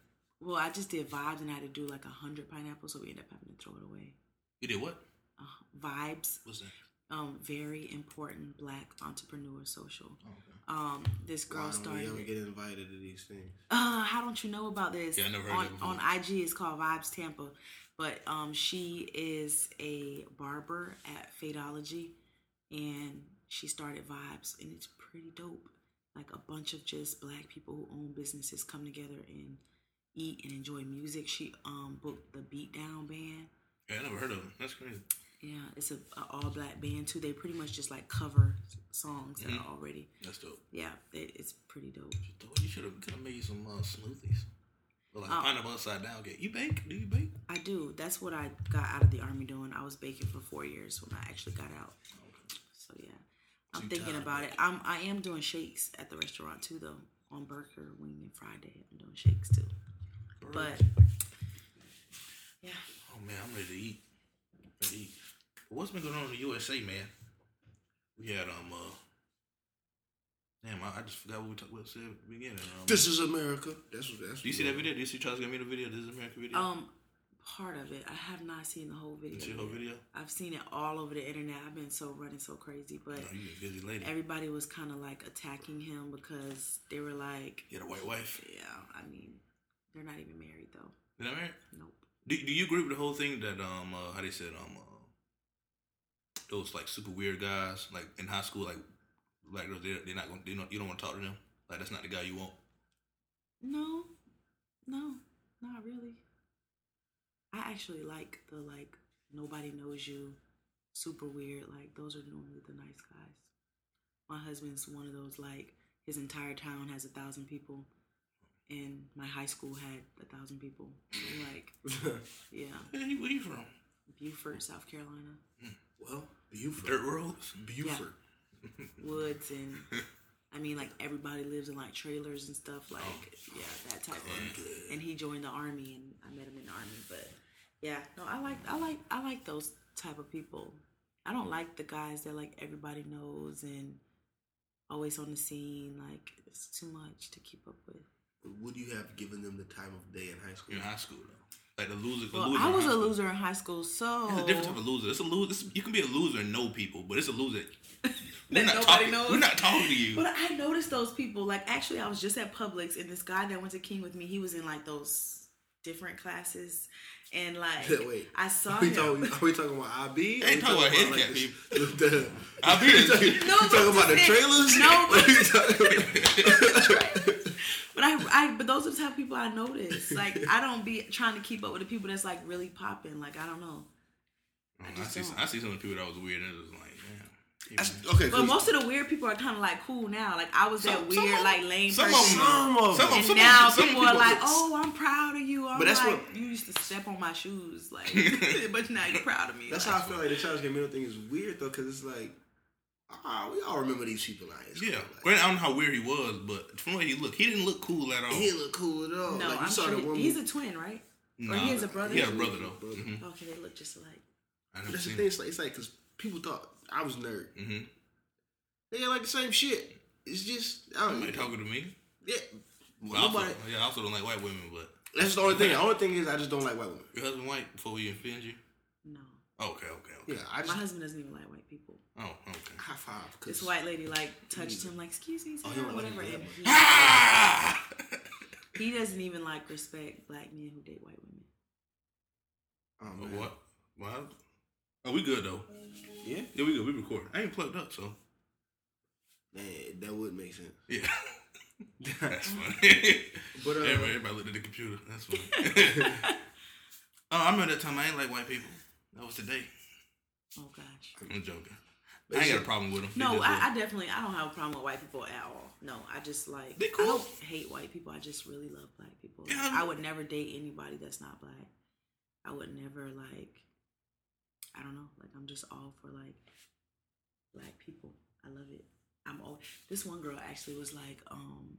well, I just did vibes and I had to do like a hundred pineapples, so we ended up having to throw it away. You did what? Uh, vibes, What's that? um, very important Black entrepreneur social. Oh, okay. Um, this girl Why don't we started. ever get invited to these things? uh, how don't you know about this? Yeah, I never heard on, of it on before. IG, it's called Vibes Tampa, but um, she is a barber at Fadeology, and she started Vibes, and it's pretty dope. Like a bunch of just black people who own businesses come together and eat and enjoy music. She um booked the Beatdown band. Yeah, I never heard of them. That's crazy. Yeah, it's a, a all black band too. They pretty much just like cover s- songs that Mm-hmm. are already. That's dope. Yeah, it, it's pretty dope. You should have could have made some uh, smoothies. Well, like Oh. pineapple upside down. Get you bake? Do you bake? I do. That's what I got out of the army doing. I was baking for four years when I actually got out. So yeah, I'm Too thinking tired, about it. I'm I am doing shakes at the restaurant too though. On Burger Wing and Friday, I'm doing shakes too. But yeah, Oh man, I'm ready to eat. Ready to eat. What's been going on in the USA, man? We had um uh Damn, I, I just forgot what we talked what said at the beginning. Um, This is America. That's what that's. do you see that video? Do you see Charles Gambino video? This is American video. um, part of it. I have not seen the whole video. you see the whole yet. video? I've seen it all over the internet. I've been so running so crazy, but No, you a busy lady. everybody was kind of like attacking him because they were like, you had a white wife. yeah, I mean, they're not even married though. Did I marry? Nope. Do, do you agree with the whole thing that um uh, how they said um uh, those like super weird guys like in high school like black girls they're, they're not gonna they don't, you don't want to talk to them like that's not the guy you want No, no, not really. I actually like the like nobody knows you, super weird. Like those are normally the nice guys. My husband's one of those like his entire town has a thousand people, and my high school had a thousand people. Like video? yeah, where you, where you from Beaufort, South Carolina, well, Buford. dirt roads Buford. woods, and I mean like everybody lives in like trailers and stuff. Like Oh. yeah, that type of. and he joined the army and I met him in the army. But yeah, no, I like I like I like those type of people. I don't like the guys that like everybody knows and always on the scene. Like it's too much to keep up with. Would you have given them the time of day in high school? in high school though like the loser, the Well, loser I in was high a school. loser in high school, so It's a different type of loser. It's a loser. It's, you can be a loser and know people, but it's a loser. We're not nobody talking. knows. We're not talking to you. But I noticed those people. Like actually, I was just at Publix, and this guy that went to King with me, he was in like those different classes, and like Wait. I saw We him. talking, are we talking about IB? Are we Ain't talking about handicap this- the- the- I'll be we talking, there. No, we talking but about the just- trailers? No, but- We talking- But I, I, but those are the type of people I notice. Like I don't be trying to keep up with the people that's like really popping. Like I don't know. Oh, I, I just see. don't. I see some of the people that was weird and it was like, man. Hey, That's- man. okay, But cool. most of the weird people are kind of like cool now. Like I was that Some- some weird, of- like lame Some of them, person. Some of some of them. them, and some now of them, some people are like, people- "Oh, I'm proud of you." I'm But that's like, what- you used to step on my shoes, like, but now you're proud of me. That's how I like, feel like the Charles Gambino thing is weird though, because it's like, ah, we all remember these people in high school. Yeah, Like, granted, I don't know how weird he was, but from the way he looked, he didn't look cool at all. He look cool at all. no, like, you I'm saw sure that one he- he's movie- a twin, right? Nah. Or he has a brother. He had a brother though. Brother. Mhm. Okay, they look just alike. I never That's the seen. thing. It. It's like it's like because people thought I was a nerd. Mhm. They ain't like the same shit. It's just I don't Nobody know. talking to me. Yeah, But I also, nobody. yeah, I also don't like white women, but That's the only thing. The only thing is I just don't like white women. your husband white before he offends you. No, Okay, okay, okay. Yeah, I my just husband doesn't even like white people. Oh, okay. high five. 'cause- This white lady like touched him, Oh, like, "Excuse me, sir," he don't or like him whatever. that And Ah! much. he- He doesn't even like respect black men who date white women. Oh, But man. what? What? Are Oh, we good though? Yeah, Yeah, we good. We record. I ain't plugged up, so man, that would make sense. yeah. That's funny. But uh, everybody, everybody looked at the computer. That's funny. uh, I remember that time I ain't like white people. That was today. Oh gosh. I'm joking. I ain't got a problem with them. They No, just I, look- I definitely I don't have a problem with white people at all. No, I just like They I cool. don't hate white people. I just really love black people. Yeah, I'm- I would never date anybody that's not black. I would never like I don't know. Like I'm just all for like black people. I love it. I'm all this one girl actually was like, um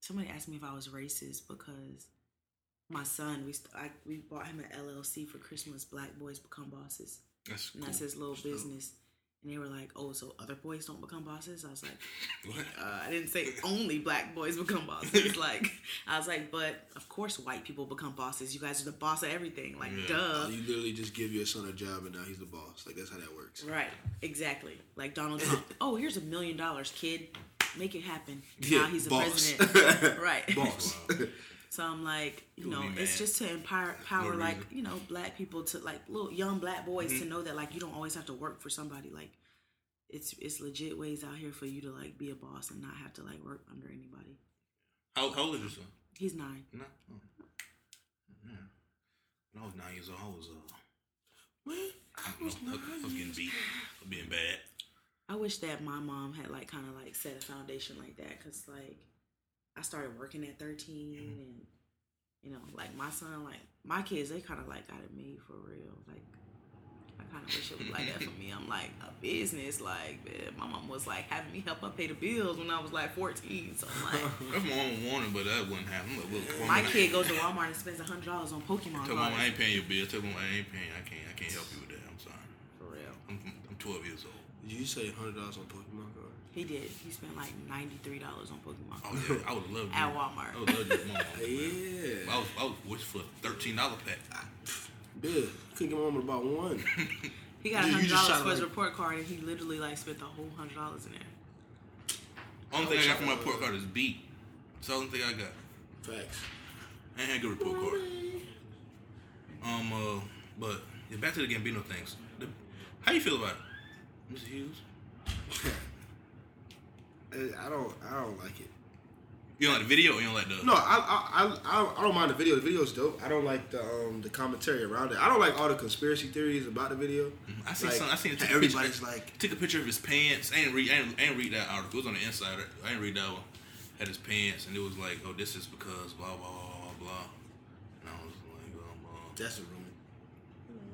somebody asked me if I was racist because my son, we st- I, we bought him an LLC for Christmas. Black boys become bosses That's and that's his little business. And they were like, "Oh, so other boys don't become bosses?" I was like, What? uh, "I didn't say only black boys become bosses." like, I was like, "But of course, white people become bosses. You guys are the boss of everything. Like, Yeah. duh, uh, You literally just give your son a job and now he's the boss. Like that's how that works. right? Exactly. Like Donald Trump. oh, here's a million dollars, kid. Make it happen. now he's the boss. president, right? boss. So I'm like, You'll you know, be it's mad. just to empower, power reason. like you know, black people to like little young black boys Mm-hmm. to know that like you don't always have to work for somebody. Like, it's it's legit ways out here for you to like be a boss and not have to like work under anybody. How, how old is your son? He's nine. No. Oh. Yeah. When I was nine years old, I was uh. What? I was, nine I was getting beat for being bad. I wish that my mom had like kind of like set a foundation like that because like I started working at 13 Mm-hmm. and you know like my son like my kids they kind of like got it made for real like I kind of wish it was like that for me I'm like a business like man, my mom was like having me help her pay the bills when I was like 14 so I'm like That's my own warning, but that wouldn't happen. I'm like, look, Mom, my I- kid goes to Walmart and spends hundred dollars on Pokemon Tell mom I cards ain't paying your bill. Tell mom I ain't paying. I can't. I can't help you with that. I'm sorry. for real I'm I'm 12 years old. Did you say hundred dollars on Pokemon cards? he did he spent like 93 dollars on Pokemon cards Oh yeah, I would love you. at Walmart I would love you, mom. Yeah. I was I was wishing for a thirteen dollar pack. Bill, you couldn't get my mom about one. He got You- you hundred just dollars shot for his like- report card, and he literally like spent the whole hundred dollars in there. Only thing I got from my report card is beat. That's the only thing I got. Facts. I ain't had a good report card. Um, uh, but yeah, back to the Gambino things. The, how you feel about it, Mr. Hughes? Uh, I don't. I don't like it. You don't like the video? Or you don't like the? No, I I, I I- I don't mind the video. The video's dope. I don't like the um the commentary around it. I don't like all the conspiracy theories about the video. I seen Like, some. I seen. everybody's picture, like, Took a picture of his pants. I ain't read. I ain't, I ain't read that article. It was on the insider. I ain't read that one. Had his pants, and it was like, oh, this is because blah blah blah blah. blah. And I was like, um, uh, that's a rumor.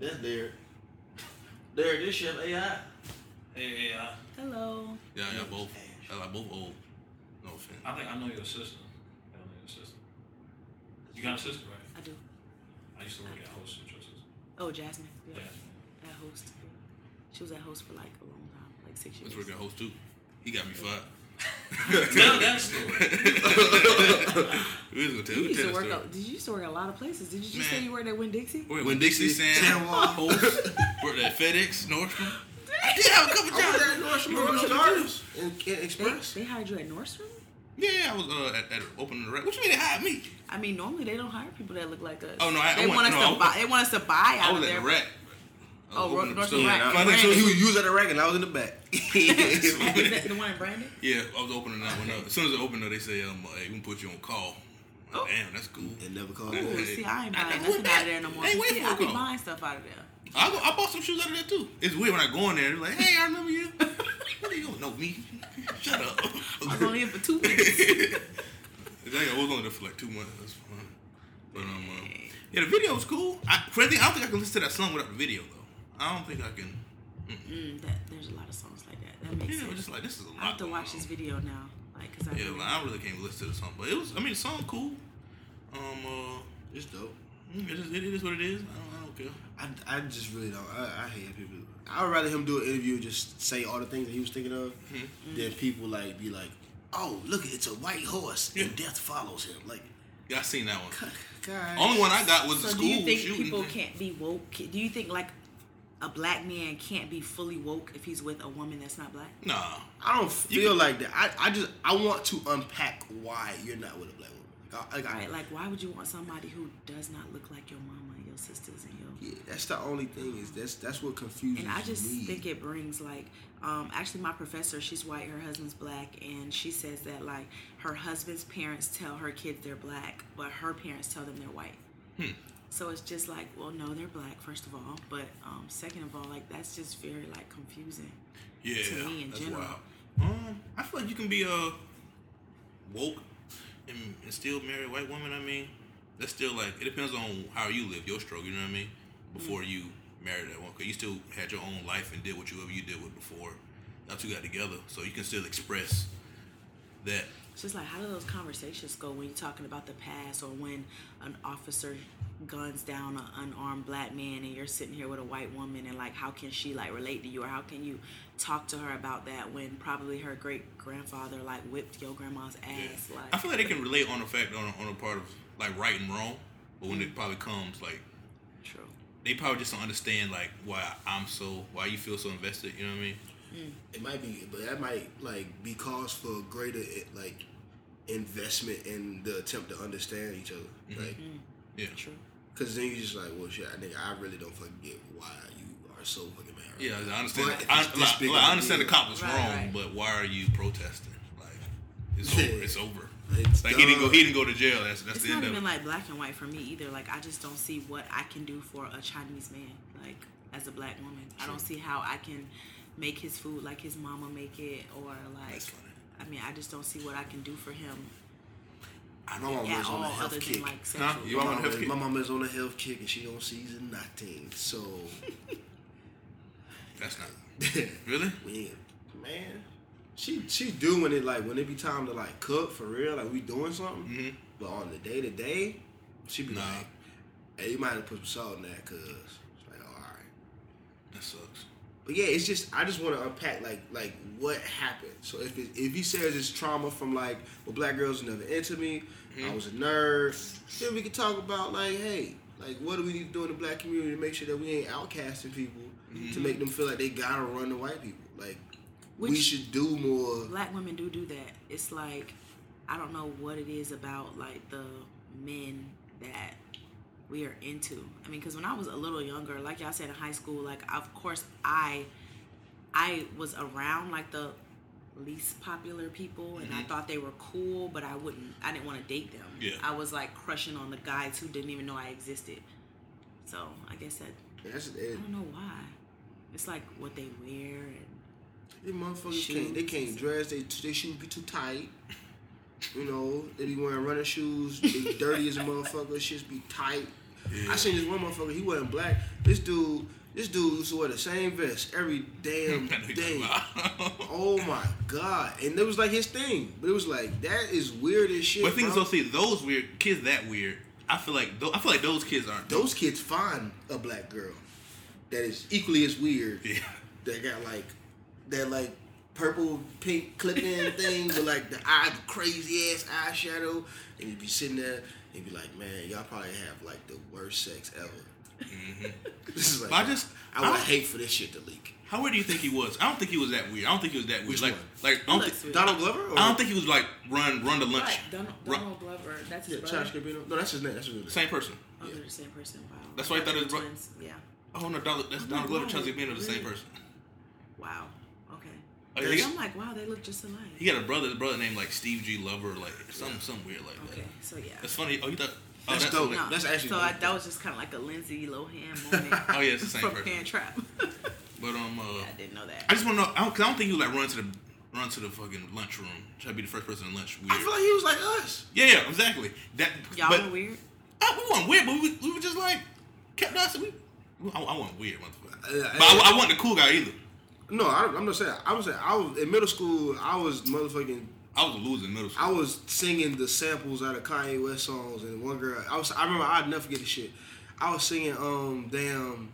That's Derek. Derek, this shit AI. Hey, hey, I, Hello. yeah, y'all both, y'all like both old. No offense. I think I know your sister. I know your sister. You got a sister, right? I do. I used to work at Host with your sister. Oh, Jasmine. Yeah. Yeah. At host. She was at host for like a long time, like six years. Let's work at host too. He got me fired. Tell that story. We was gonna tell. You We used tell the to work. story. At, did you used to work at a lot of places? Did you just say Man. you worked at Winn Dixie? Wait, when Dixie Sam, Wall. host, worked at FedEx, Nordstrom. I did have a couple I was jobs. at Nordstrom You remember Commercial those Gardens in Kent They, Express. they hired you at Nordstrom. Yeah, I was uh, at, at opening the rep. What you mean they hired me? I mean, normally they don't hire people that look like us. Oh, no, I- I they went- want us no, I to buy. went- They want us to I buy out of was at their the rack. I Oh, was opening North- the store. North Rack. My name- Rack. You, you was at the rack and I was in the back. Is that the one in Brandon? Yeah, I was opening that one up. As soon as I opened it, they say, um, hey, we can put you on call. I'm Oh. like, Damn, that's cool. and never called Ooh. Ooh, back. see, I ain't I buying know nothing that. out of there no more. Hey, wait see, for I it, be though. buying stuff out of there. I, go- I bought some shoes out of there too. It's weird when I go in there. They're like, hey, I remember you. What do you don't know me? Shut up. I was only in for two weeks. It's like I was only there for like two months. That's fine. But um, uh, yeah, the video was cool. I, for anything, I don't think I can listen to that song without the video though. I don't think I can. Mm, that, there's a lot of songs like that. That makes Yeah, sense. it's just like this is a lot. I have to going watch on. this video now, like, cause I Yeah, really- like, I really can't listen to the song, but it was. I mean, the song cool. Um, uh, It's dope. it is, it is what it is. I don't, I don't care. I, I just really don't. I, I hate people. I would rather him do an interview and just say all the things that he was thinking of Mm-hmm. than people like be like, oh, look, it's a white horse and death follows him. Like, Yeah, I seen that one. God. Only one I got was the so school do you think shooting. people can't be woke? Do you think like a black man can't be fully woke if he's with a woman that's not black? Nah, I don't You feel like that. I, I just I want to unpack why you're not with a black woman. Like, I, like, I- Right? Like, why would you want somebody who does not look like your mama, and your sisters, and your yeah, that's the only thing is that's that's what confuses and I just me. think it brings like um, actually my professor she's white her husband's black and she says that like her husband's parents tell her kids they're black but her parents tell them they're white So it's just like, well, no, they're black, first of all, but um, second of all, like that's just very like confusing. Yeah, to me in that's general. wild. Um, I feel like you can be uh woke and, and still marry a white woman. I mean, that's still like it depends on how you live your struggle. You know what I mean? Before you married that one, cause you still had your own life and did what you whatever you did with before y'all two got together, so you can still express that. It's just like, how do those conversations go when you're talking about the past or when an officer guns down an unarmed black man and you're sitting here with a white woman and like, how can she like relate to you or how can you talk to her about that when probably her great grandfather like whipped your grandma's ass? I Like, feel like they can relate on the fact on a, on a part of like right and wrong, but when Mm-hmm. it probably comes like true. they probably just don't understand like why I'm so why you feel so invested. You know what I mean? It might be, but that might like be cause for greater eh, like investment in the attempt to understand each other. Mm-hmm. Like, Yeah. True. cause then you just like, well, shit, I nigga, I really don't fucking get why you are so fucking mad. right Yeah, now. I understand. But if I, it's this like, big like, of a I understand the deal, cop was Right, wrong, right. but why are you protesting? Like, it's over. It's over. It's like he didn't go. done. He didn't go to jail. That's that's It's the not end of even it. like black and white for me either. Like I just don't see what I can do for a Chinese man, like as a black woman. I don't see how I can make his food like his mama make it or like That's funny. I mean, I just don't see what I can do for him My mom at was on all a health other than kick. like sexual. You My on a mom, health is- kick? my mom is on a health kick and she don't season nothing. So That's not really. Yeah, man. She she doing it like when it be time to like cook for real, like we doing something. Mm-hmm. But on the day to day, she be Mm. Nah. like, "Hey, you might have to put some salt in that, cause it's like all right." That sucks. But yeah, it's just I just want to unpack like like what happened. So if it, if he says it's trauma from like well black girls were never into me, I was a nerd, then we can talk about like hey like what do we need to do in the black community to make sure that we ain't outcasting people Mm-hmm. to make them feel like they gotta run to white people. Like we Which- should do more. black women do do that. It's like I don't know what it is about like the men that we are into. I mean, because when I was a little younger, like y'all said in high school, like of course I I was around like the least popular people and Mm-hmm. I thought they were cool, but I wouldn't I didn't want to date them. Yeah. I was like crushing on the guys who didn't even know I existed. So I guess that That's it. I don't know why. It's like what they wear and These motherfuckers can't. They can't dress. They they shoes be too tight. You know, they be wearing running shoes. They dirty as a motherfucker. Shits be tight. I seen this one motherfucker. He wasn't black. This dude. This dude used to wear the same vest every damn I know you day. talking about. Oh my god! And it was like his thing, but it was like that is weird as shit. But things bro. don't see those weird kids that weird. I feel like tho- I feel like those kids aren't. those kids find a black girl that is equally as weird. Yeah. that got like that like purple pink clip-in thing with like the eye crazy ass eyeshadow and you'd be sitting there and be like man y'all probably have like the worst sex ever Mm-hmm. this is like But I just- I would I- hate for this shit to leak How weird do you think he was? I don't think he was that weird. I don't think he was that weird. Which like one? like I don't, Looks thi- weird. Donald Glover or I don't think he was like run run to lunch. Right, Donald, Run- Donald Glover. That's yeah, his Childish brother. Gambino no that's his name that's his real name Same person. Oh, Yeah. they're the same person. Wow. That's why I thought it was bro- twins. Yeah. Oh no, Donald, that's Oh, Donald Glover, no. Chelsea Bennett, are the same Really? person. Wow. Okay. Like, There's- he- I'm like, wow, they look just alike. He got a brother, his brother named like Steve G. Lover, like something, something weird like Okay. that. So yeah. That's funny. Oh, you thought? Oh, That's dope. like- No, That's actually so. I, dope. that was just kind of like a Lindsay Lohan moment. Oh, yeah, it's the same from person. Pan Trap. But um, uh, I didn't know I that. just want to know. I don't, 'cause I don't think he would like run to the run to the fucking lunchroom. Try to be the first person in lunch. Weird. I feel like he was like us yeah, yeah, exactly. That. Y'all but, were weird. I, we weren't weird, but we, we were just like kept us. We. we- I, I wasn't weird, motherfucker. Uh, but I, I wasn't the cool guy either. no I, I'm not saying I was saying I was in middle school I was motherfucking I was a loser in middle school. I was singing the samples out of Kanye West songs, and one girl, I was, I remember, I'd never forget this shit. I was singing, um, damn,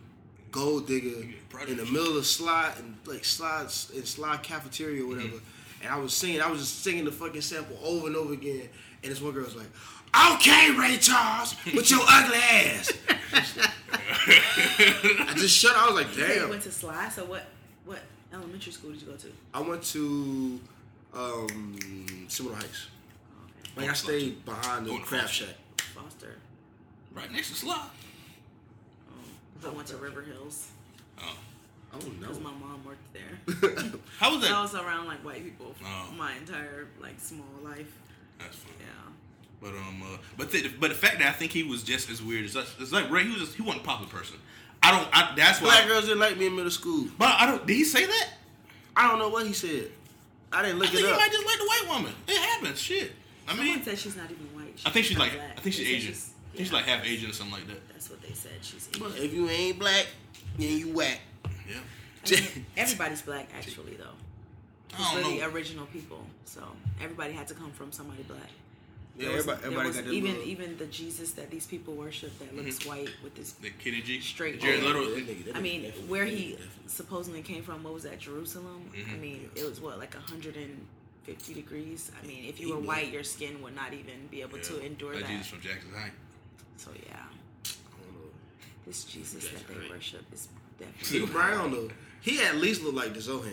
Gold Digger Prodigy. in the middle of the slide and like slides in slide cafeteria or whatever. Mm-hmm. And I was singing, I was just singing the fucking sample over and over again. And this one girl was like, "Okay, Ray Charles, with your ugly ass." I just shut. up. I was like, You said you "Damn." went to Sly. So what? What elementary school did you go to? I went to um, Seminole Heights. Like I stayed behind the Going to craft Foster. shack. Foster. right next to Sly. Oh, I went to River Hills Oh, Oh no. because my mom worked there. how was that? I was around like white people Oh. my entire like small life. That's funny. Yeah. But um, uh, but the, but the fact that I think he was just as weird as us, it's like Ray. He was just, he wasn't a popular person. I don't. I, that's why. Black girls didn't like me in middle school. But I don't. Did he say that? I don't know what he said. I didn't I look think it he up. might just like the white woman. It happens. Shit. I Someone mean, said she's not even white. I think she's not like. black. I think she's They said Asian. she's- I think she's yeah, like half Asian or something like that. That's what they said. She's But Asian. if you ain't black, then you whack. Yeah. I mean, everybody's black actually though. It's I don't really know. original people. So everybody had to come from somebody black. Yeah, There was- everybody, there everybody was got their even little- even the Jesus that these people worship that looks Mm-hmm. white with this. That Kenny G. Straight Jared on. Leto. Yeah, that nigga- that I nigga mean, definitely- where that nigga he definitely- supposedly came from, what was that, Jerusalem? I Mm-hmm. mean, it was what like 150 degrees. I mean, if you were white, your skin would not even be able to Yeah. endure Like that. Jesus from Jackson Heights. So yeah, I don't know. this Jesus That's that they great. worship is definitely. He brown though. He at least looked like the Zohan.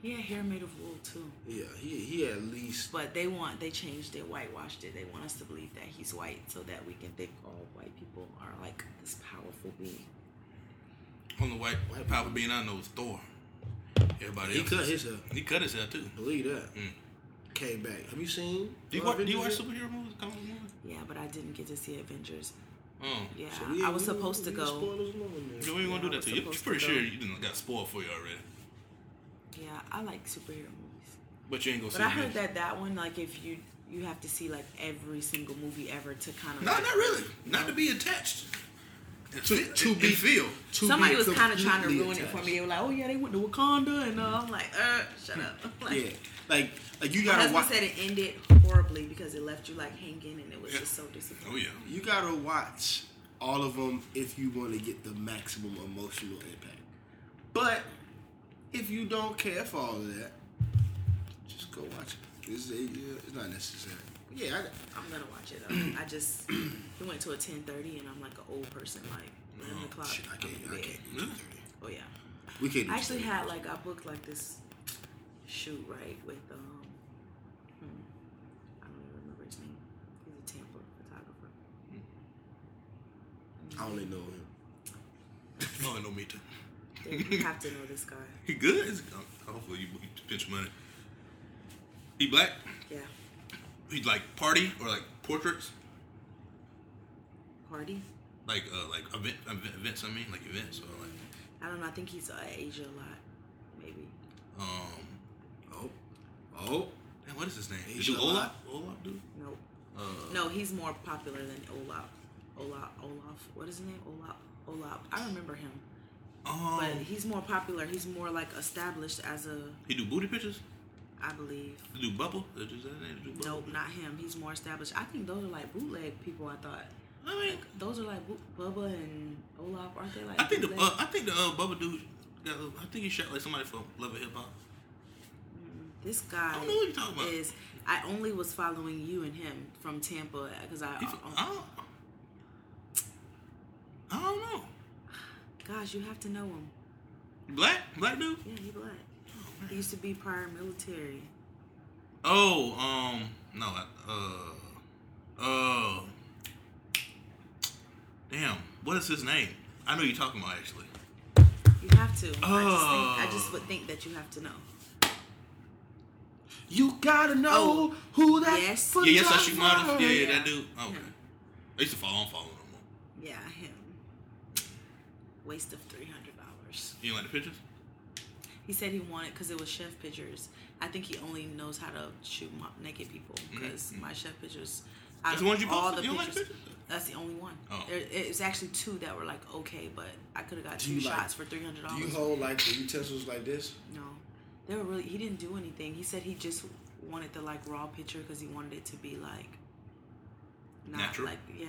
He had hair made of wool too. Yeah, he he at least. But they want they changed it, whitewashed it. They want us to believe that he's white so that we can think all white people are like this powerful being. Only white, white power being I know is Thor. Everybody He else cut is- his hair. He cut his hair too. Believe that. Mm. Came back. Have you seen? Do you, Lord watch, do you watch Avengers yet? superhero movies? Comic book movies? Yeah, but I didn't get to see Avengers. Oh. Yeah, So we- I was we- supposed to we go. spoilers alone there. Yeah, we ain't gonna do Yeah, that to we're you. You're supposed pretty to sure go. you didn't got spoiled for you already. Yeah, I like superhero movies. But you ain't gonna But see I the heard movie. that that one like if you you have to see like every single movie ever to kind of No, like, not really. Not to be attached. To, to be feel. To Somebody be was kind of trying to completely ruin it for attached. me. They were like, "Oh yeah, they went to Wakanda," and uh, I'm like, "Uh, shut up." like, Yeah, like like you My gotta husband watch. said it ended horribly because it left you like hanging, and it was Yeah. just so Oh disappointing. yeah. You gotta watch all of them if you want to get the maximum emotional impact. But if you don't care for all of that, just go watch it. It's, yeah, it's not necessary. Yeah, I, I'm gonna watch it. Though. I just we went to a 10:30, and I'm like an old person, like 11 o'clock. Mm, shit, I I'm can't. in I bed. can't. Yeah. Oh yeah. We can't. do I actually that. had like I booked like this shoot right with um hmm, I don't even remember his name. He's a Tampa photographer. I only know him. No, Oh, I know me too. Dude, you have to know this guy. He good? Is- oh, Hopefully you, you pinch money. He black? Yeah, He like party or like portraits? Hardy. Like uh like event, event events I mean, like events or like I don't know. I think he's uh, Asia a lot, maybe. um Oh, oh, man, what is his name? He Is dude shot Olaf? up. Olaf dude? Nope. Uh No, he's more popular than Olaf. Olaf. Olaf. What is his name? Olaf. Olaf. I remember him, um, but he's more popular. He's more like established as a, he do booty pictures? I believe. He do bubble? Is that his name? He do bubble? Nope, not him. He's more established. I think those are like bootleg people. I thought I mean those are like Bu- Bubba and Olaf. Aren't they like? I think the bootleg? uh, I think the uh, Bubba dude got, I think he shot like somebody for Love and Hip Hop. this guy I don't know what you're talking about. is. I only was following you and him from Tampa because I. oh He f- I don't I don't know. gosh, you have to know him. Black? Black dude? Yeah, he black. He used to be prior military. Oh, um, no, I- uh, uh, damn, what is his name? I know you're talking about actually. You have to. I just think I Oh. just would think that you have to know. you gotta know Oh, who that. yes. photographer Yeah, yes, I shoot models. Yeah, yeah, Yeah. that dude. Oh, okay. Yeah. I used to follow, I don't follow no more. Yeah, him. Waste of three hundred dollars. You didn't like the pictures? He said he wanted because it was chef pictures. I think he only knows how to shoot mo- naked people because my chef pictures. out That's the of Mm-hmm. ones you all posted? the You don't like the pictures? That's the only one. Oh. There, it was actually two that were like okay, but I could have got Do two you like- shots for three hundred Do you dollars. hold like the utensils like this? no, they were really. He didn't do anything. He said he just wanted the like raw picture because he wanted it to be like not Natural? like yeah.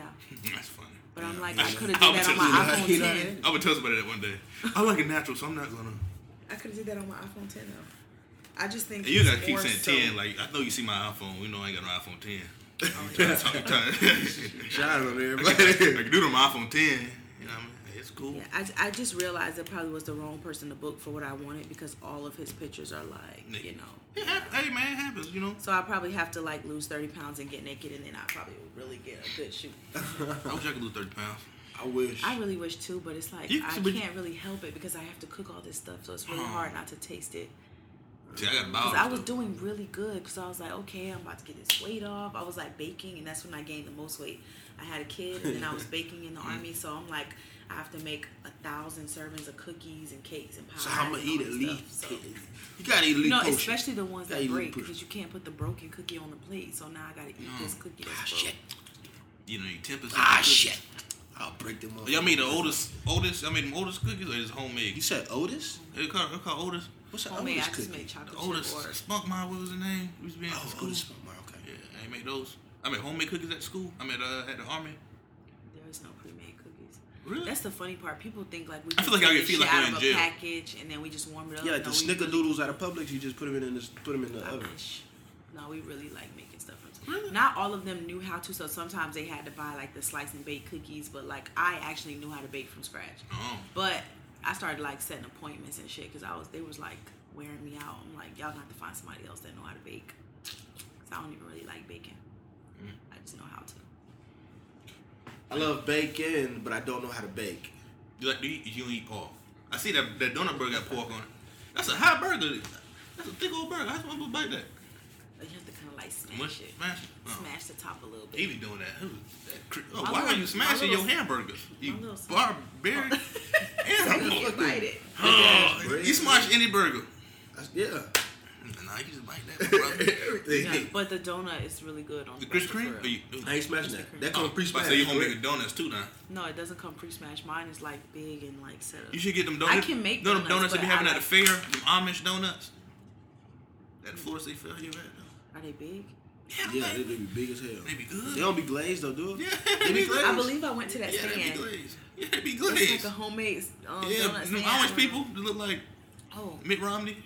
That's funny. But I'm like I- I could have I did would that on tell my you iPhone that. He ten. I would tell somebody that one day. I like it natural, so I'm not gonna. I could have did that on my iPhone ten though. I just think And you he's gotta keep more saying 10. so- Like, I know you see my iPhone. We know I ain't got no iPhone 10. Oh, You trying to talk- you trying to- Shout out to I everybody. can do it on my iPhone 10. You know what I mean? It's cool. Yeah, I, I just realized it probably was the wrong person to book for what I wanted because all of his pictures are like, you know. Yeah, hap- hey man, it happens, you know. So I probably have to like lose 30 pounds and get naked and then I probably will really get a good shoot. I wish I could lose 30 pounds. I wish. I really wish too, but it's like You- I but you- can't really help it because I have to cook all this stuff. So it's really Oh. hard not to taste it See, I got Cause Oh, bowels. I was though. doing really good because I was like, okay, I'm about to get this weight off. I was like baking, and that's when I gained the most weight. I had a kid, and then I was baking in the Mm. army, so I'm like, I have to make a thousand servings of cookies and cakes and pies. So I'm gonna and eat all at that least. stuff, so- You gotta eat at least. No, potion. especially the ones Gotta eat that a little break push. because you can't put the broken cookie on the plate. So now I gotta eat this cookie. That's Ah broke. shit! You know, you ten percent. Ah shit! I'll break them up. Y'all made the oldest, oldest. I made them oldest cookies or is it You homemade? said Otis? They call, they call oldest. What's that Homemade, Oh, I Otis just cookie? made The chocolate chip oldest. orders. Spunk mine. What was the name? We used to be in Oh, school. Otis. Oh, okay. Yeah, I made those. I made homemade cookies at school. I made uh, at the army. There is no pre-made cookies. Really? That's the funny part. People think like we. I just feel like I take could this feel like shit we're out in of a jail. package and then we just warm it up. Yeah, like the No, we snicker really- doodles out of Publix, you just put them in this, put them in the I oven. wish. No, we really like making stuff from scratch. Not all of them knew how to, so sometimes they had to buy like the slice and bake cookies. But like I actually knew how to bake from scratch. Oh, But I started like setting appointments and shit because I was they was like wearing me out. I'm like, y'all gonna have to find somebody else that know how to bake. 'Cause I don't even really like baking. Mm-hmm. I just know how to. I love bacon, but I don't know how to bake. you like do you, you don't eat pork? I see that that donut burger got pork on it. That's a hot burger. That's a thick old burger. How's supposed to bite that? Like, You have to kind of like smash What? it, Smash it. Oh. smash the top a little He bit. be doing that. Who- that cri- oh, My why are little- you smashing my your little- hamburgers? You my little- barbarian You animal. can bite it. Oh, Bread. you smash any burger. That's, yeah. Nah, you just bite that, brother. Yeah, Everything. but the donut is really good on the bread, Krispy for Kreme? Or real. you, I ain't smashing that. That comes oh, pre I smashed. say you homemade donuts too now. No, it doesn't come pre-smashed. Mine is like big and like set up. You should get them donuts. I can make no, them donuts donuts, they but be having I at the like- fair. Them Amish donuts. That Florida State Fair you at though. Are they big? Yeah, they, they be big as hell. They be good. They don't be glazed though, do it? Yeah, They be glazed. I believe I went to that Yeah, they be stand. glazed. Yeah, they be It's like glazed. a homemade um, yeah, donut them stand. Amish people they look like Oh, Mitt Romney.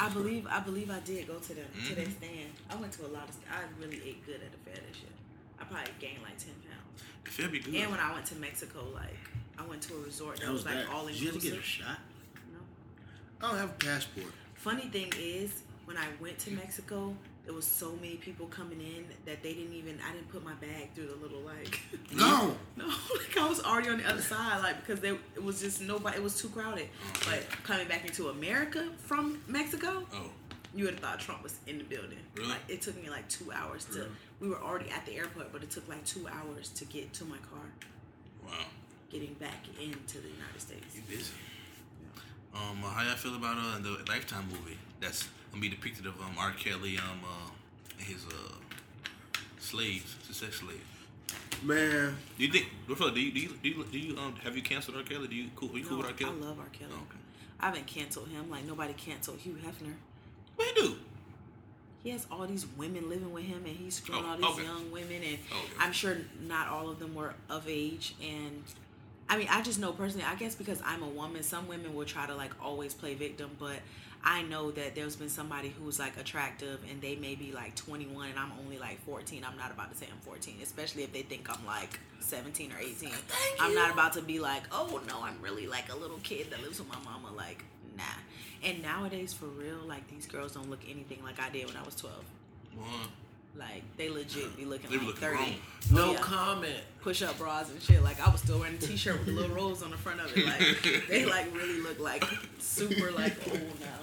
I believe I believe I did go to them to Mm-hmm. that stand. I went to a lot of. st- I really ate good at the fair this year. I probably gained like ten pounds. The fair be good. And when I went to Mexico, like I went to a resort that That was like bad. all Did You had to get a inclusive. shot. No. I don't have a passport. Funny thing is, when I went to Mexico, there was so many people coming in that they didn't even. I didn't put my bag through the little like. No. No, like I was already on the other side, like because they it was just nobody. It was too crowded. Oh, But coming back into America from Mexico, oh, you would have thought Trump was in the building. Really? Like it took me like two hours to. We were already at the airport, but it took like two hours to get to my car, wow. getting back into the United States. You busy. Um, uh, how y'all feel about uh, the Lifetime movie? That's gonna be depicted of um R. Kelly um uh, and his uh slaves, his sex slaves. Man, Do you think? what fella, Do you do you, do you, do you um have you canceled R. Kelly? Do you cool? Are you cool No, with R. I Kelly? love R. Kelly. Oh, okay. I haven't canceled him. Like nobody canceled Hugh Hefner. What he do? He has all these women living with him, and he's screwing Oh, all these okay. young women, and Oh, Okay. I'm sure not all of them were of age. And I mean, I just know personally. I guess because I'm a woman, some women will try to like always play victim, but I know that there's been somebody who's like attractive, and they may be like 21, and I'm only like 14. I'm not about to say I'm 14, especially if they think I'm like 17 or 18. I'm not about to be like, oh no, I'm really like a little kid that lives with my mama. Like, nah. And nowadays, for real, like these girls don't look anything like I did when I was 12. Well, Like they legit be looking They be like looking 30. grown. no Yeah. comment. Push up bras and shit. Like I was still wearing a t shirt with a little rose on the front of it. Like they like really look like super like old now.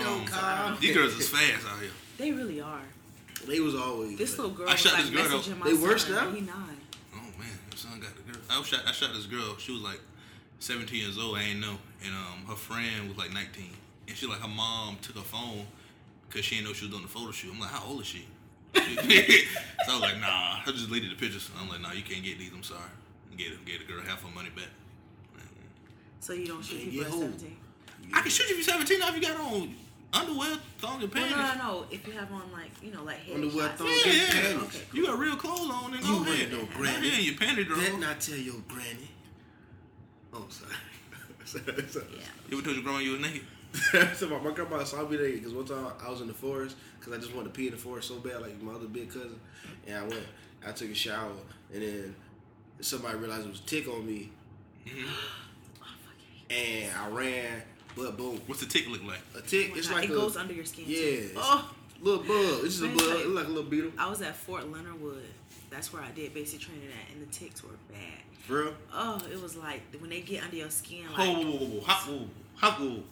No um, comment. these girls is fast out here. They really are. They was always. This little girl I was shot like this girl, though. messaging my They worse son, now? He nine. Oh man, your son got the girl. I shot I shot this girl. She was like 17 years old. I ain't know, and um her friend was like 19, and she like her mom took her phone because she didn't know she was doing the photo shoot. I'm like, how old is she? so I was like, nah. I just deleted the pictures. I'm like, nah, you can't get these. I'm sorry. Get it, get the girl half her money back. So you don't shoot Yeah, people yeah, at who? 17. I can shoot you if you're 17 now if you got on underwear, thongs, and Well, panties. no, no, no. If you have on like you know like head Underwear, shots. thong, Yeah, yeah. panties. Okay, cool. You got real clothes on and You all ain't that. no granny. Yeah, your panty Didn't drawer. I tell your granny? Oh, sorry. sorry, sorry. Yeah. You ever told your grandma you was naked? so my, my grandma saw me there because one time I was in the forest because I just wanted to pee in the forest so bad, like my other big cousin. And I went, I took a shower, and then somebody realized it was a tick on me, Oh, fuck it. and I ran, but boom, What's the tick look like? a tick. Oh my it's God, like it a, goes under your skin. too. Yeah, it's Oh. a little bug. It's just a Man, bug. like- It's like a little beetle, I was at Fort Leonard Wood. That's where I did basic training at, and the ticks were bad. bro. Oh, it was like when they get under your skin, Whoa, like whoa, whoa, whoa, whoa, how, whoa, how, whoa.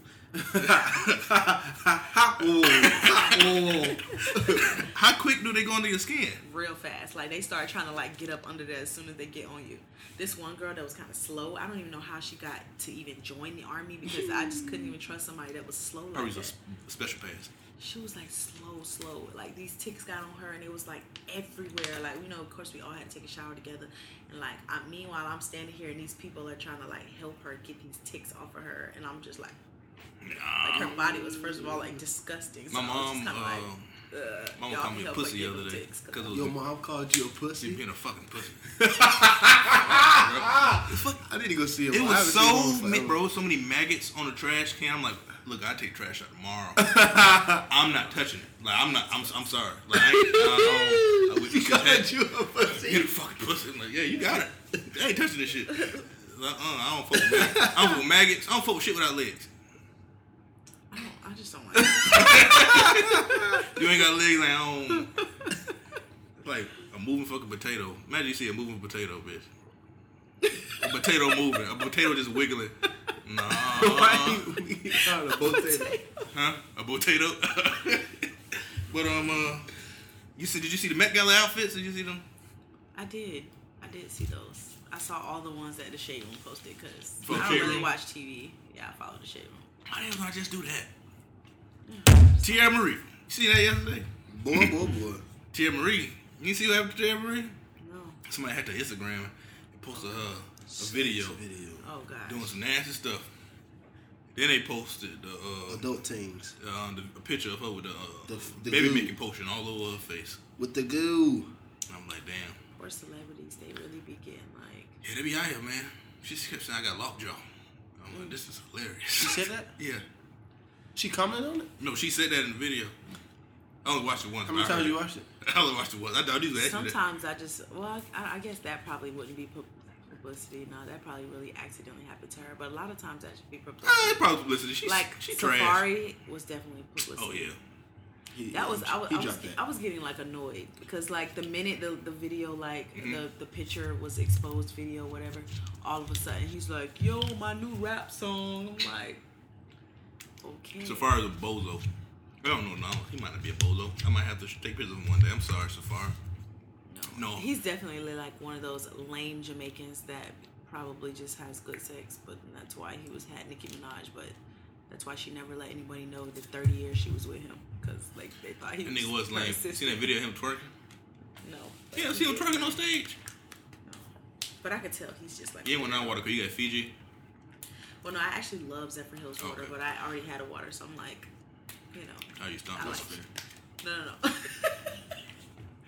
How quick do they go into your skin? real fast. Like they start trying to like get up under there as soon as they get on you. This one girl that was kind of slow. I don't even know how she got to even join the army because I just couldn't even trust somebody that was slow. Probably was Like a that. s- special pass. She was like slow, slow. Like these ticks got on her and it was like everywhere. Like you know, of course we all had to take a shower together. And like I, meanwhile, I'm standing here and these people are trying to like help her get these ticks off of her, and I'm just like. Like her body was first of all like disgusting. So My I was mom, just kinda like, uh, Ugh, my mom y'all called me a help her pussy get the other them day ticks, 'cause because Your was mom called you a you pussy. being a fucking pussy. I need to go see him. It I was haven't seen him in so forever. ma- bro, so many maggots on the trash can. I'm like, look, I take trash out tomorrow. I'm not touching it. Like I'm not. I'm. I'm sorry. Like I, ain't- I, don't- I wish you She could called have you a Get a pussy. fucking pussy. I'm like, yeah, you got it. I ain't touching this shit. Like, uh, I don't fuck with maggots. I don't fuck with maggots. I don't fuck with shit without legs. I, don't, I just don't like. it. You ain't got legs like I don't. It's like a moving fucking potato. Imagine you see a moving potato, bitch. A potato moving. A potato just wiggling. Nah. Why you- you called a potato? Huh? A potato. but um, uh, you see? Did you see the Met Gala outfits? Did you see them? I did. I did see those. I saw all the ones that the Shade Room posted because For I don't Karen? really watch TV. Yeah, I follow the Shade Room. Why didn't I just do that? Tierra Marie. You see that yesterday? Boy, boy, boy. Tierra Marie. You see what happened to Tierra Marie? No. Somebody had to Instagram and posted her a video Video. Oh God. doing some nasty stuff. Then they posted the uh, Adult teens uh, the, a picture of her with the, uh, Oh, The- the baby goo. Mickey potion all over her face. with the goo. I'm like, damn. Poor celebrities, they really be getting like. Yeah, they be out here, man. She kept saying I got lockjaw. I'm like, this is hilarious. She said that? yeah. She commented on it. No, she said that in the video. I only watched it once. How many but I times heard you it. watched it? I only watched it once. I thought these were actually. Sometimes I just well, I, I guess that probably wouldn't be pub- publicity. No, that probably really accidentally happened to her. But a lot of times that should be Ah, publicity. it probably publicity. She's Like she trash. Safari was definitely publicity. Oh yeah. He- That was I was, he I was, dropped that. I was getting like annoyed because like the minute the, the video like Mm-hmm. the, the picture was exposed video whatever all of a sudden he's like yo my new rap song I'm like okay Safari's a bozo. I don't know now. He might not be a bozo. I might have to sh- take pictures of him one day. I'm sorry, Safari. no no. he's definitely like one of those lame Jamaicans that probably just has good sex but that's why he was had Nicki Minaj but that's why she never let anybody know the 30 years she was with him because like they thought he That nigga was her lame. sister. Seen that video of him twerking? no Yeah, I see him twerking on stage. but I could tell he's just like Yeah, when I water, cause you got Fiji. Well, no, I actually love Zephyr Hills water, Okay. but I already had a water, so I'm like, you know, How you stomp I on like- something? no, no, no.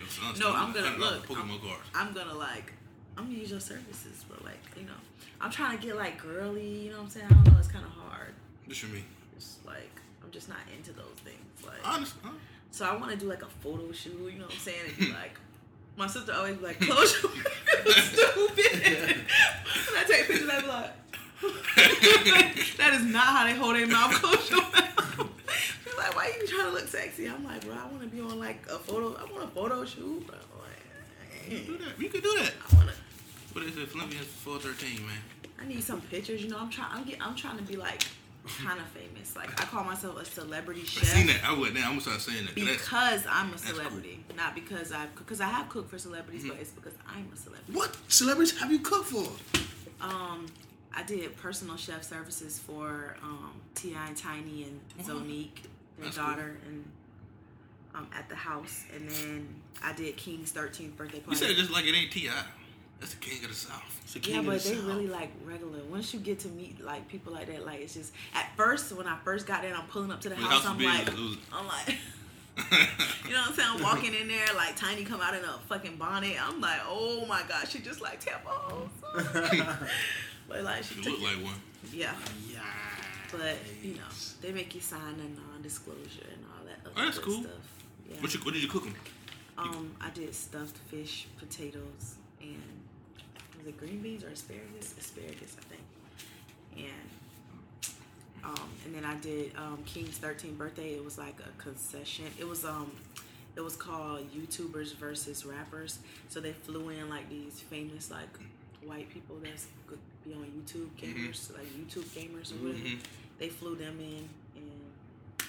Your son's No, I'm stomp. gonna look. Pokemon cards. I'm gonna like, I'm gonna use your services, but like, you know, I'm trying to get like girly, you know what I'm saying? I don't know, it's kind of hard. This for me. It's like, I'm just not into those things. Like, Honest, huh? so I want to do like a photo shoot, you know what I'm saying? And be like, my sister always be like, close your stupid. when I take pictures, I be like, that is not how they hold their mouth. Close your mouth. She's like, why you trying to look sexy? I'm like, bro, I want to be on like a photo. I want a photo shoot. Bro. Like, Do that. You could do that. I want to. But it's Philippians 413, man. I need some pictures. You know, I'm trying. I'm get, I'm trying to be like kind of famous. Like I call myself a celebrity I seen chef. that. I went down. I'm gonna start saying that. 'cause that's- Because I'm a cool. Mm-hmm. celebrity, not because I've because I have cooked for celebrities, but it's because I'm a celebrity. What celebrities have you cooked for? Um, I did personal chef services for um, Ti and Tiny and Zonique, their Mm-hmm. That's cool. daughter, and um, at the house. And then I did King's 13th birthday you party. said it just like it ain't T.I. That's the king of the South. It's the yeah, king of but the they South. really like regular. Once you get to meet like people like that, like it's just at first when I first got there, and I'm pulling up to the When house, house I'm is big, like, it was- I'm like. You know what I'm saying? I'm walking in there, like Tiny come out in a fucking bonnet. I'm like, oh my god, she just like tampons. but like she you took look it. like one. yeah. Yeah. But you know, they make you sign a non-disclosure and all that other Oh, that's good cool. stuff. Yeah. What, you, what did you cook him? um, I did stuffed fish, potatoes, and was it green beans or asparagus? Asparagus, I think. And um, and then I did um, King's 13th birthday. It was like a concession. It was um, it was called YouTubers versus rappers. So they flew in like these famous like white people that's could be on YouTube gamers, like YouTube gamers or whatever. Mhm. They flew them in and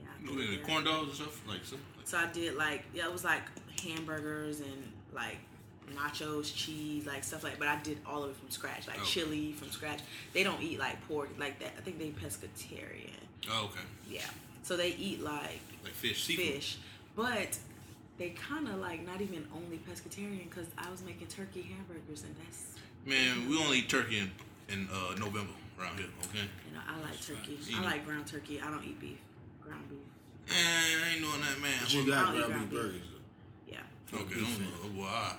yeah. I You did know, that. corn dogs and stuff like something. Like, So I did like yeah, it was like hamburgers and like nachos, cheese, like stuff like. But I did all of it from scratch, like Oh. chili from scratch. They don't eat like pork like that. I think they pescatarian. oh, okay, Yeah, so they eat like like fish, seafood. fish, but they kind of like not even only pescatarian because I was making turkey hamburgers and that's Man, we only eat turkey in, in uh, November around here. Okay, you know I like turkey. fine. I like ground turkey. I don't eat beef. Ground beef. and I ain't doing that, man. But you I'll got eat ground ground beef beef. burgers. though. Yeah. Okay, I don't know. Well, I,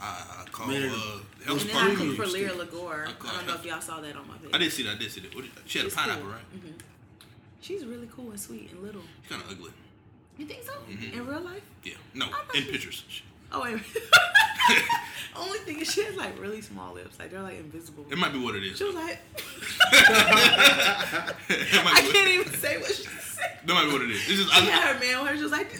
I, I call. Man, Uh, that was And then I part premium cooked of for it. Lyra steak. Lagore. I I call- don't know if y'all saw that on my page. I did see that. I did see that. What did- She had a She's pineapple, cool. right? hmm She's really cool and sweet and little. She's kind of ugly. You think so? Mm-hmm. In real life? Yeah. No, thought in she- pictures. Oh wait. Only thing is she has like really small lips. Like they're like invisible. It might be what it is. She was like That might I be what- can't even say what she said. That might be what it is. It's just, She I, had her man with her, she was like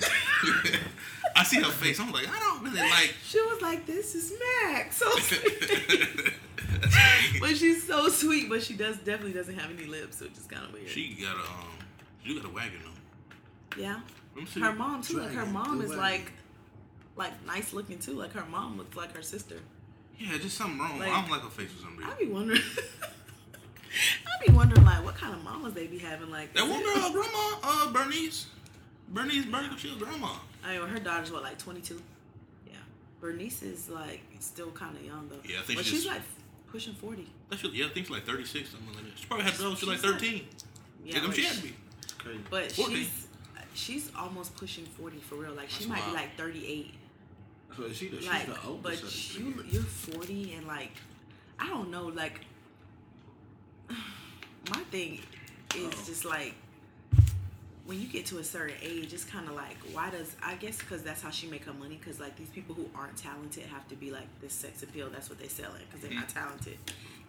I see her face. I'm like, I don't really like. She was like, This is Max. So sweet. That's funny. But she's so sweet, but she does definitely doesn't have any lips, which is kinda weird. She got a, um, you got a wagon though. yeah. Let me see. Her mom too. Like her Dragon, mom the is wagon. like like nice looking too. Like her mom looks like her sister. Yeah, just something wrong. Like- I don't like her face for some reason. I be wondering. I be wondering like what kind of mamas they be having like that one girl, her grandma, uh, Bernice, Bernice Burger, she a grandma. I mean, her daughter's what like twenty two. Yeah, Bernice is like still kind of young though. Yeah, I think but she she's just- like pushing forty. That she, yeah, I think she's like 36, something like that. She probably had those. She's like She's like- 13. Yeah, Yeah, like, she had to be. It's crazy. But 40. she's she's almost pushing forty for real. Like she That's might wild. be like thirty eight. So she, the- she's Like, the oldest. but of the you three. you're forty and like I don't know. Like my thing is Uh-oh. just like when you get to a certain age, it's kind of like why does I guess because that's how she make her money. Because like these people who aren't talented have to be like this sex appeal. That's what they selling because they're Mm-hmm. not talented.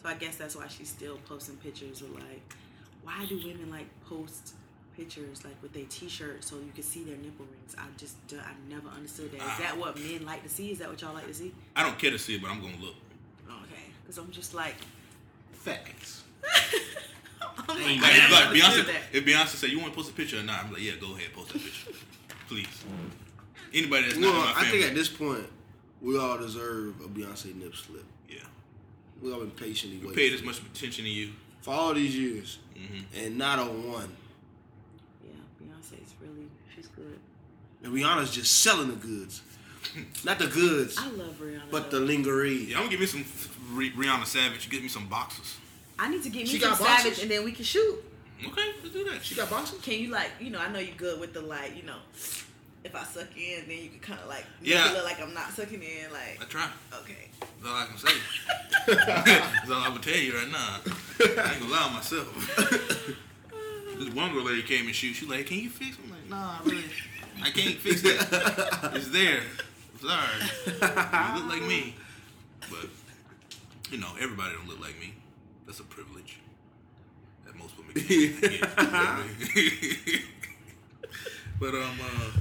So I guess that's why she's still posting pictures of like why do women like post pictures like with their t-shirt so you can see their nipple rings i just don't- i never understood that is that Ah. what men like to see is that what y'all like to see I don't care to see it, but I'm gonna look. okay because i'm just like Facts. i'm like, Like, I if, never like understood Beyonce, that. if Beyonce said, "You want to post a picture or not?" I'm like, "Yeah, go ahead, post that picture, please." Anybody that's Well, not in my I family, think at this point, we all deserve a Beyonce nip slip. yeah, We all been patiently we waiting paid as much attention to you. for all these years, hmm and not a one. yeah beyonce's really she's good And Rihanna's just selling the goods, not the goods, i love rihanna but the though. lingerie. Yeah, I'm gonna give me some Rih- Rihanna Savage. Give me some boxes. i need to get me She some got boxes? savage and then we can shoot Okay, let's do that. She got boxes. can you like you know i know you're good with the like you know if i suck in then you can kind of like make Yeah. it look like i'm not sucking in like I try. okay That's all I can say. That's all I would tell you right now. I ain't gonna lie to myself. this one girl lady came and she, she like, can you fix? it?" I'm like, nah, really, I can't fix that. It's there. I'm sorry. You look like me, but you know everybody don't look like me. That's a privilege that most women can't get. but um, uh,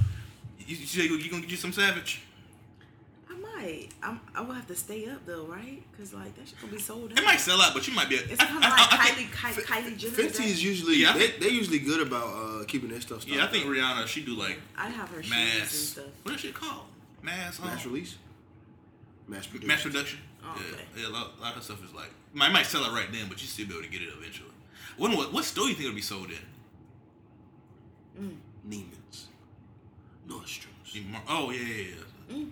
you, you say you gonna get you some savage? I might. I'm, I will have to stay up though, right? Cause like that shit gonna be sold out. It might sell out, but you might be. A, It's kind of I- like I- I think- Kylie, Kylie, Kylie Jenner. Fenty is usually Yeah, I they, think- they usually good about uh, keeping their stuff. Yeah, I stocked think up. Rihanna. She do like I have her shoes and mass. stuff. What is she called? Mass. um, mass release, mass production. Mass production. Oh, yeah, okay. yeah. A lot, a lot of stuff is like might might sell it right then, but you still be able to get it eventually. When what, what store you think it'll be sold in? Mm, Neiman's, Nordstrom's. Even more- Oh yeah, yeah, yeah. Mm.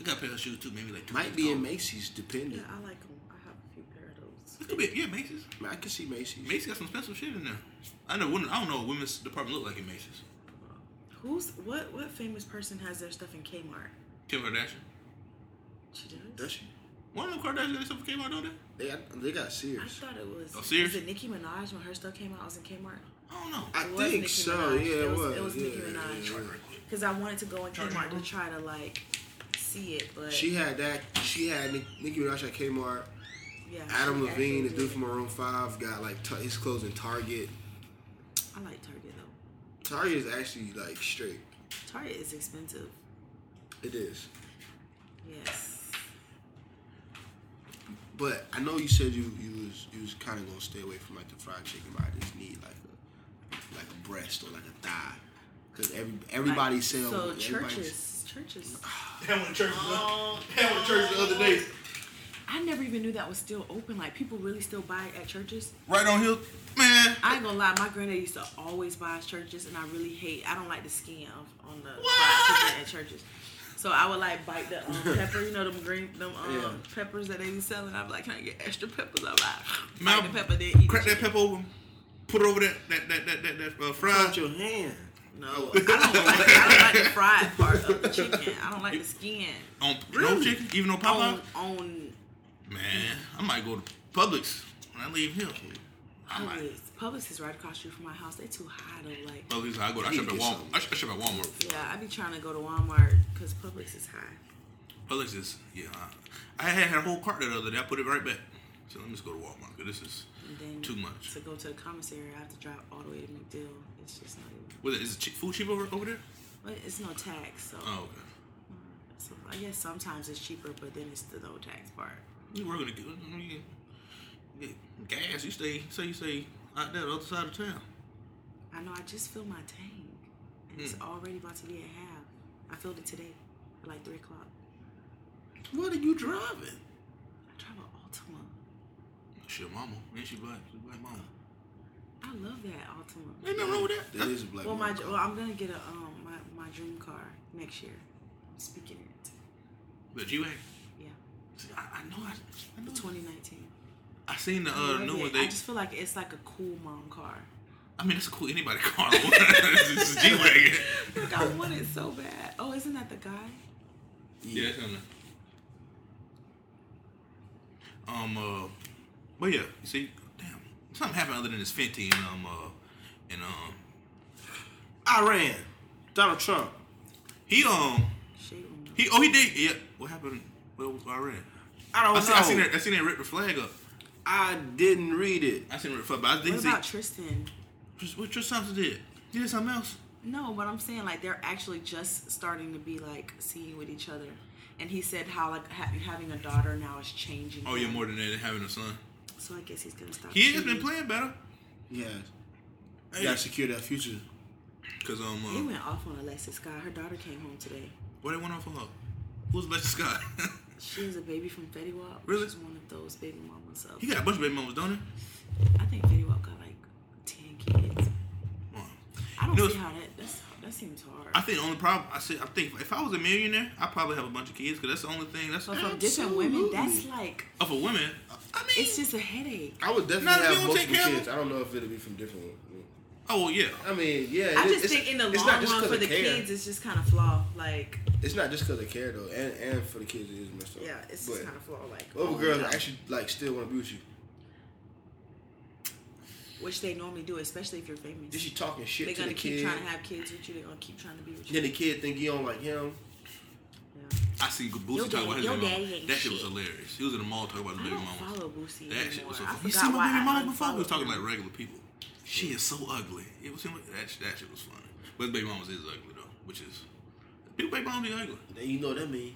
I got a pair of shoes too. Maybe like two Might years be in old. Macy's, depending. Yeah, I like them. I have a few pair of those. It could be yeah Macy's. I, mean, I can see Macy's. Macy's got some special shit in there. I know. Women, I don't know what women's department look like in Macy's. Who's what? What famous person has their stuff in Kmart? Kim Kardashian. She does. Does she? One of them Kardashians got stuff came out, don't they? They they got I Sears. thought it was. Oh, serious? Was it Nicki Minaj when her stuff came out? I was in Kmart. I don't know. I It was think Nicki so. Yeah, Minaj. It it was- was. it was yeah, Nicki yeah, Minaj. Sorry, yeah. right quick. Cause I wanted to go in Charger. Kmart to try to like see it, but She had that. She had Nick, Nicki Minaj at Kmart. yeah. Adam Levine, she the actually dude did. from Maroon Five, got like t- his clothes in Target. I like Target though. Target is actually like straight. Target is expensive. It is. Yes. But I know you said you you was you was kind of gonna stay away from like the fried chicken, but I just need like a like a breast or like a thigh, because every everybody Like, sells. So everybody- churches, churches. I went to church. the- I went to church the other day. I never even knew that was still open. Like people really still buy it at churches. Right on here, man. I ain't gonna lie, my granddad used to always buy us churches, and I really hate. I don't like the skin of, on the fried chicken at churches. So I would like bite the um, pepper, you know, them green, them um, Yeah. peppers that they be selling. I'd be like, can I get extra peppers? I'm like, Man, bite the pepper, then eat Crack the that chicken. pepper over. Put it over that that that that that, that uh, Out fries. your hand. No, I don't like. I don't like the fried part of the chicken. I don't like the skin On no Really? chicken, even on Popeye. on on Man, I might go to Publix when I leave here. I might. Publix. Publix is right across the street from my house. They too high though. Like, Publix, I go. I You shop at Walmart. get some. I shop I shop at Walmart. yeah, I be trying to go to Walmart because Publix is high. Publix is yeah. I I had a whole cart the other day. I put it right back. So let me just go to Walmart. 'cause This is And then Too much. to go to the commissary. I have to drive all the way to McDill. It's just not even. what is it, is it cheap, food cheap over, over there? But it's no tax, so, Oh, okay. so I guess sometimes it's cheaper, but then it's the no tax part. You working to get, you get gas? You stay say you stay out there the other side of town. I know. I just filled my tank, and Hmm. it's already about to be at half. I filled it today at like three o'clock. What are you driving? I drive an Altima. She a mama. Ain't she black? She a black mama. I love that Altima. Ain't nothing wrong with that. That is a black. Well, my woman well, I'm gonna get a um my, my dream car next year. I'm speaking it. But you ain't. Yeah, See, I, I know. I, I the know. 2019. I seen the I uh, love new it. one. They. I just feel like it's like a cool mom car. I mean, it's a cool anybody car. this is G wagon. Like I want it so bad. Oh, isn't that the guy? Yeah, that's him. now. Um. Uh. But yeah, you see, damn, something happened other than this Fenty and um uh and um Iran, Donald Trump. he um Shade room. he oh he did yeah. What happened? What was Iran? I I don't know. seen, I seen that. I seen that rip the flag up. I didn't read it. I seen it rip the flag, but I What didn't see about Tristan? Tris- what Tristan Thompson did. He did something else. No, but I'm saying like they're actually just starting to be like seeing with each other. And he said how like ha- having a daughter now is changing. Oh yeah, him. more than that, having a son. So I guess he's gonna stop. He has been cheating. playing better. Yeah. You gotta secure that future. Cause um, He uh, went off on Alexis Scott. Her daughter came home today. what they went on for? uh, her? Who's Lester Scott? She is a baby from Fetty Wap. Really? She's one of those baby mamas. Of, he got a bunch of baby mamas, don't he? I think Fetty Wap got like ten kids. Wow. I don't You know, see how that. That's, that seems hard. I think the only problem I said I think if I was a millionaire, I'd probably have a bunch of kids because that's the only thing that's but from different women, that's like of a woman. I mean, it's just a headache. I would definitely Not if you have don't take multiple care of kids. I don't know if it'll be from different. women. oh well, yeah, I mean, yeah. I it- just it's- think in the it's long not just run 'cause for of the care. kids, it's just kind of flaw. Like It's not just because of care though, and and for the kids it is messed up. yeah, it's but just kind of flaw. Like Little oh, girls no. actually like still want to be with you. which they normally do, especially if you're famous. Then she talking shit They're to gonna the keep kid. trying to have kids with you. They're gonna keep trying to be with you. Then the kid think you don't like him. Yeah. I see Boosie Your talking about his daddy- your baby daddy mama. ain't That shit was shit. hilarious. He was in the mall talking about his I baby don't mama. follow Boosie That shit anymore. was so I funny. You forgot see why my baby I mama before? He was unfollowed talking him. like regular people. She is so ugly. It was him. That shit, that shit was funny. But his baby mamas is ugly though, which is people baby mamas be ugly. Then you know what that mean.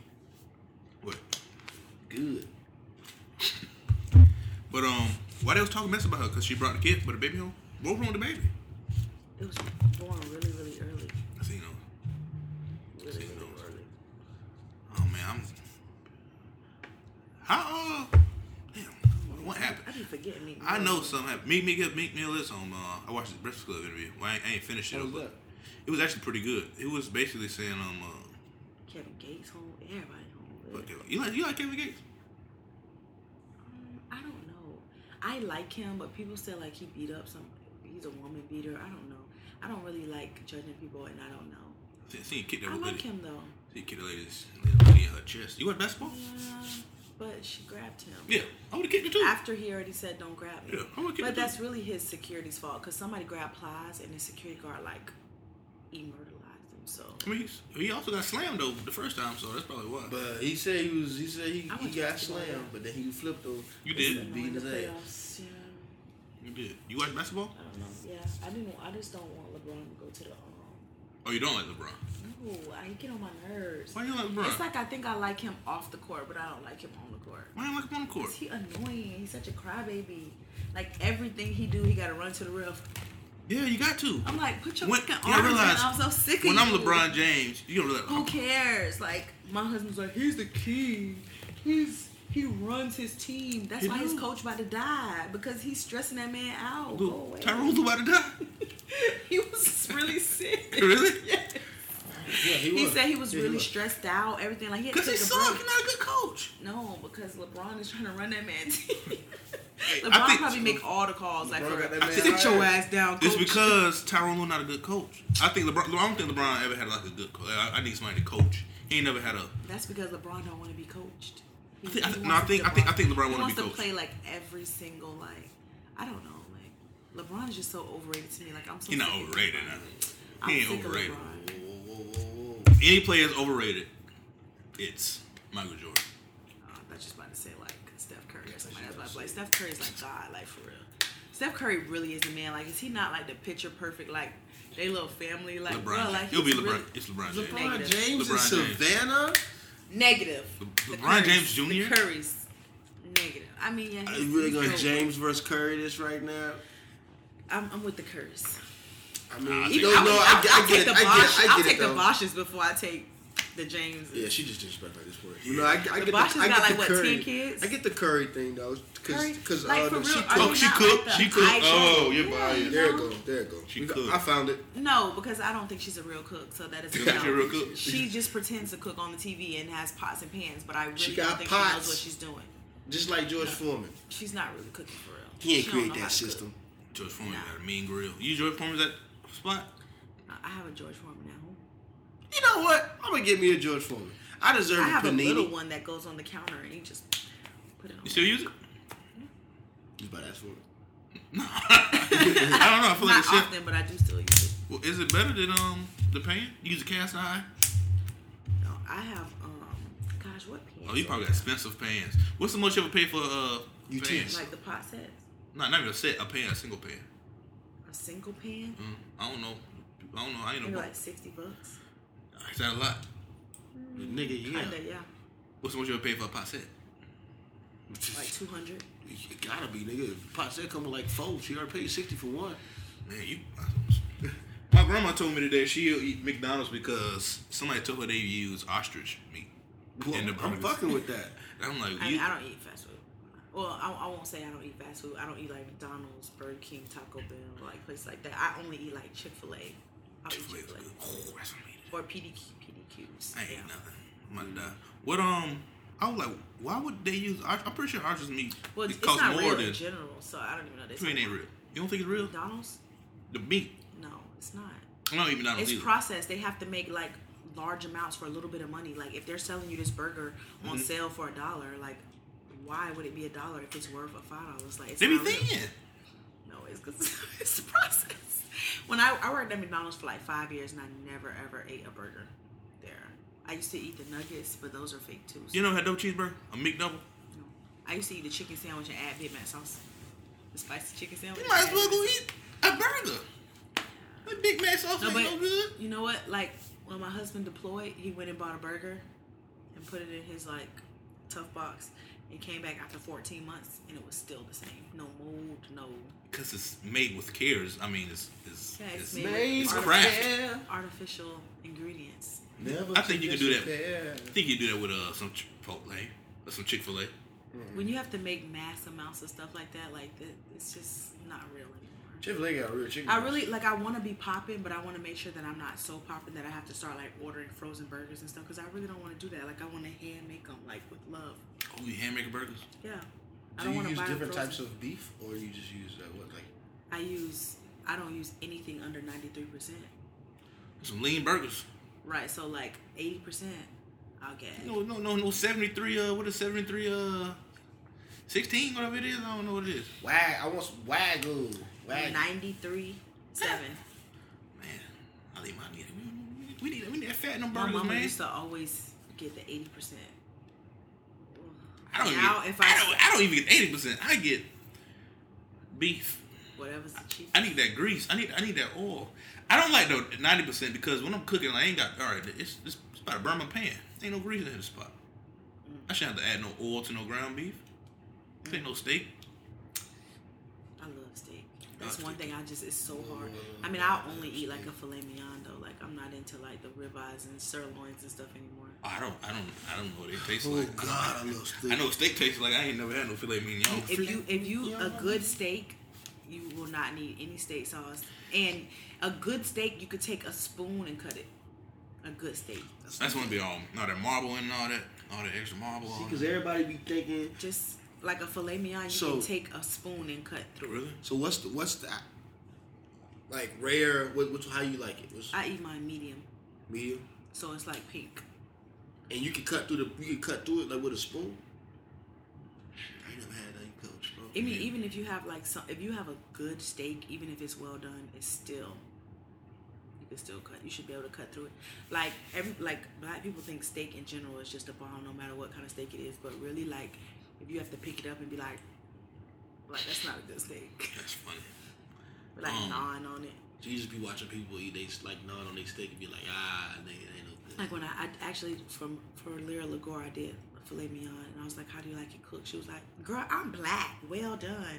What? Good. But um, why they was talking mess about her? Cause she brought the kid, but the baby home. What was wrong with the baby? It was born really, really early. I see, you know. Really, Seen really those. early. Oh man, I'm. How? Uh, damn, what- what I happened? be forgetting me. I know something happened. Meet me, get Meek Mill is on. Uh, I watched his Breakfast Club interview. Well, I, ain't, I ain't finished it, How was but that? it was actually pretty good. It was basically saying, um, uh, Kevin Gates home. Everybody home. fuck it. you like you like Kevin Gates? I don't know. I like him, but people say like he beat up some. He's a woman beater. I don't know. I don't really like judging people, and I don't know. See, see, he kicked that I little like lady. him though. See, he kicked the lady's little lady in her chest. You want basketball? Yeah, but she grabbed him. Yeah, I would have kicked it too. After he already said, "Don't grab me," Yeah, I would kick but the that's really his security's fault because somebody grabbed Plies and the security guard like immortalized him. So I mean, he's, he also got slammed though the first time, so that's probably why. But he said he was. He said he, I he went got to school. slammed, but then he flipped over. You and did? he Knowing Beat the his ass. playoffs, yeah. you did. You watch basketball? I don't know. Yeah, I didn't. I just don't want LeBron to go to the um, Oh, you don't like LeBron? No, I- he get on my nerves. Why you don't like LeBron? It's like I think I like him off the court, but I don't like him on the court. Why you don't like him on the court? Is he annoying? He's such a crybaby. Like everything he do, he gotta run to the ref. Yeah, you got to. I'm like, put your When- fucking yeah, I arms realize, down. I'm so sick of When I'm you. LeBron James, you don't realize. Who cares? Like my husband's like, he's the king. He's he runs his team. That's He why his do. coach about to die because he's stressing that man out. Go Who- away. Tyrone's about to die. he was really sick. Really? Yes. Yeah, he, He was. said he was Yeah, really was. stressed out. Everything like he had to Because he take a sucks. break. He's not a good coach. No, because LeBron is trying to run that man team. Hey, I LeBron think- probably make all the calls. Like, LeBron for, got that man sit your right. ass down, coach. It's because Tyrone Lue not a good coach. I think LeBron. I don't think LeBron ever had like a good coach. I, I need somebody to coach. He ain't never had a. That's because LeBron don't want to be coached. I He- think- I he think- no, wants I think- to I think- I LeBron- think LeBron he wanna wants be to coached. play like every single like I don't know like LeBron is just so overrated to me. Like I'm so He not sick of overrated. LeBron. Now. I'm He ain't sick of overrated. LeBron. Whoa, whoa, whoa, whoa. Any player is overrated. It's Michael Jordan. Uh, I was just about to say like Steph Curry or somebody else. but, Like Steph Curry's like God, like for real. Steph Curry really is a man. Like is he not like the picture perfect like they little family like LeBron. bro, like It'll be he's LeBron. really- It's LeBron James. LeBron LeBron James in LeBron James. Savannah? negative. Le- The LeBron Curry's- James the Jr.? Curry's negative. I mean yeah. Are he's- you really he's going to dope. James versus Curry this right now? I'm, I'm with the Curry's. I mean, Nah, I you think- don't I I'll, know. I, I'll, I, I'll get take it. the I get Bosch. it. I I'll get take it, the though. Bosches before I take the Jameses. Yeah, she just disrespectful at this point. You know, I, I get the, Bosch has I get got, the like, what, curry. 10 kids? I get the curry thing though, Curry? because Like, uh, for no, she real, are Oh, cooked. they she not cooked. like the she cooked. high Oh, chef? you're Yeah. biased. There it go. There it go. She We got- cooked. I found it. No, because I don't think she's a real cook, so that is You think she a real cook? She just pretends to cook on the TV and has pots and pans, but I really She don't got think she pots. knows what she's doing. Just like George Foreman, She's not really cooking for real. he ain't She don't create know how that to cook. system. George Foreman Nah. got a mean grill. You George Foreman's at spot. I- I have a George Foreman at home. You know what? I'm gonna get me a George Foreman. I deserve I have a a little panini. one that goes on the counter and you just put it on. You still use it? You about to ask for it. No. I don't know. I feel like Not it's shit. often, but I do still use it. Well, is it better than um the pan? You use a cast iron? No, I have um, gosh, what pans? Oh, you are probably they? got expensive pans. What's the most you ever paid for uh Utensils. pans? like the pot sets. Not not even a set, a pan, a single pan. A single pan, Mm, I don't know. I don't know. I ain't maybe know. like sixty bucks. Is that a lot? Nigga, yeah. Kinda, yeah. What's the most you ever paid for a pot set? Like two hundred. It gotta be, nigga. Pots that come with like four. She already paid sixty for one. Man, you. My grandma told me today she'll eat McDonald's because somebody told her they use ostrich meat. Well, in the I'm burgers. fucking with that. I'm like, I you, mean, I don't eat fast food. Well, I, I won't say I don't eat fast food. I don't eat like McDonald's, Burger King, Taco Bell, like places like that. I only eat like Chick Fil A. I'll eat Chick-fil-A's Chick Fil good. A Oh, that's what I needed. or PDQ, PDQs. I ain't yeah. nothing. I'm about to die. What um? I was like, why would they use? ostrich? I'm pretty sure ostrich meat Well, it it's, costs not more real than. in general, so I don't even know this. This meat ain't real. You don't think it's real? McDonald's? The meat. No, it's not. I don't even know. It's either. processed. They have to make like large amounts for a little bit of money. Like if they're selling you this burger Mm-hmm. on sale for a dollar, like why would it be a dollar if it's worth a five dollars? Like it's they be not real. thinking. No, it's because it's the process. When I, I worked at McDonald's for like five years and I never ever ate a burger there. I used to eat the nuggets, but those are fake too. so- You know, had no cheeseburger, a McDouble. no. I used to eat the chicken sandwich and add Big Mac sauce. The spicy chicken sandwich. You might as and well add- go eat a burger. That Big Mac sauce No, ain't but no good. you know what? Like when my husband deployed, he went and bought a burger and put it in his like tough box and came back after 14 months and it was still the same. No mold, no Because it's made with cares. I mean, it's it's, Yeah, it's it's, made with it's cares. craft. artificial ingredients. Never I think you could do that. disappear. I think you do that with uh, some Chipotle or some Oh, Chick Fil A. Mm-hmm. when you have to make mass amounts of stuff like that, like it, it's just not real anymore. Chick-fil-A got real chicken. I wings. really like. I want to be popping, but I want to make sure that I'm not so popping that I have to start like ordering frozen burgers and stuff because I really don't want to do that. Like I want to hand make them like with love. Oh, you handmaker burgers? Yeah, I Do don't you want to use buy them different frozen. types of beef, or you just use uh, what like? I use. I don't use anything under ninety three percent. Some lean burgers. Right. So like eighty percent, I'll get. No, no, no, no. Seventy three. Uh, what is seventy three? Uh, sixteen. Whatever it is. I don't know what it is. Wag, I want some wagyu. Wagyu. Ninety three seven. Man, I think mine need. we- We need, we need that fat in them My burgers, mama man. used to always get the eighty percent. I don't Now, even. if I, I- don't, I don't even get eighty percent. I get beef. Whatever's the cheapest. I need that grease. I need I need that oil. I don't like the ninety percent because when I'm cooking, I ain't got all right. It's it's, it's about to burn my pan. Ain't no grease in this spot. I shouldn't have to add no oil to no ground beef. This ain't no steak. I love steak. That's love one steak. thing I just it's so hard. I mean, I only eat like a filet mignon though. Like I'm not into like the ribeyes and sirloins and stuff anymore. Oh, I don't I don't I don't know what it tastes Oh like. God, I love steak. I know what steak tastes like. I ain't never had no filet mignon. If you if you Yeah. a good steak, you will not need any steak sauce. And a good steak, you could take a spoon and cut it. A good steak. That's gonna be all all that marble and all that all that extra marble. All Because that. everybody be thinking. Just like a filet mignon, you So- can take a spoon and cut through. Really? So what's the what's the like rare? What, what's how you like it? What's I eat mine medium, medium? so it's like pink. And you can cut through the you can cut through it like with a spoon. I ain't never had that. You cut with a spoon. I mean, even if you have like some, if you have a good steak, even if it's well done, it's still you can still cut. You should be able to cut through it. Like every like black people think steak in general is just a bomb, no matter what kind of steak it is. But really, like if you have to pick it up and be like, like that's not a good steak, That's funny. but like Um. gnawing on it. So you just be watching people eat they s- like gnawing on their steak and be like, ah, they ain't no good. Like when I, I actually from for Lyra Lagore, I did a filet mignon, and I was like, "How do you like it cooked?" She was like, "Girl, I'm black. Well done."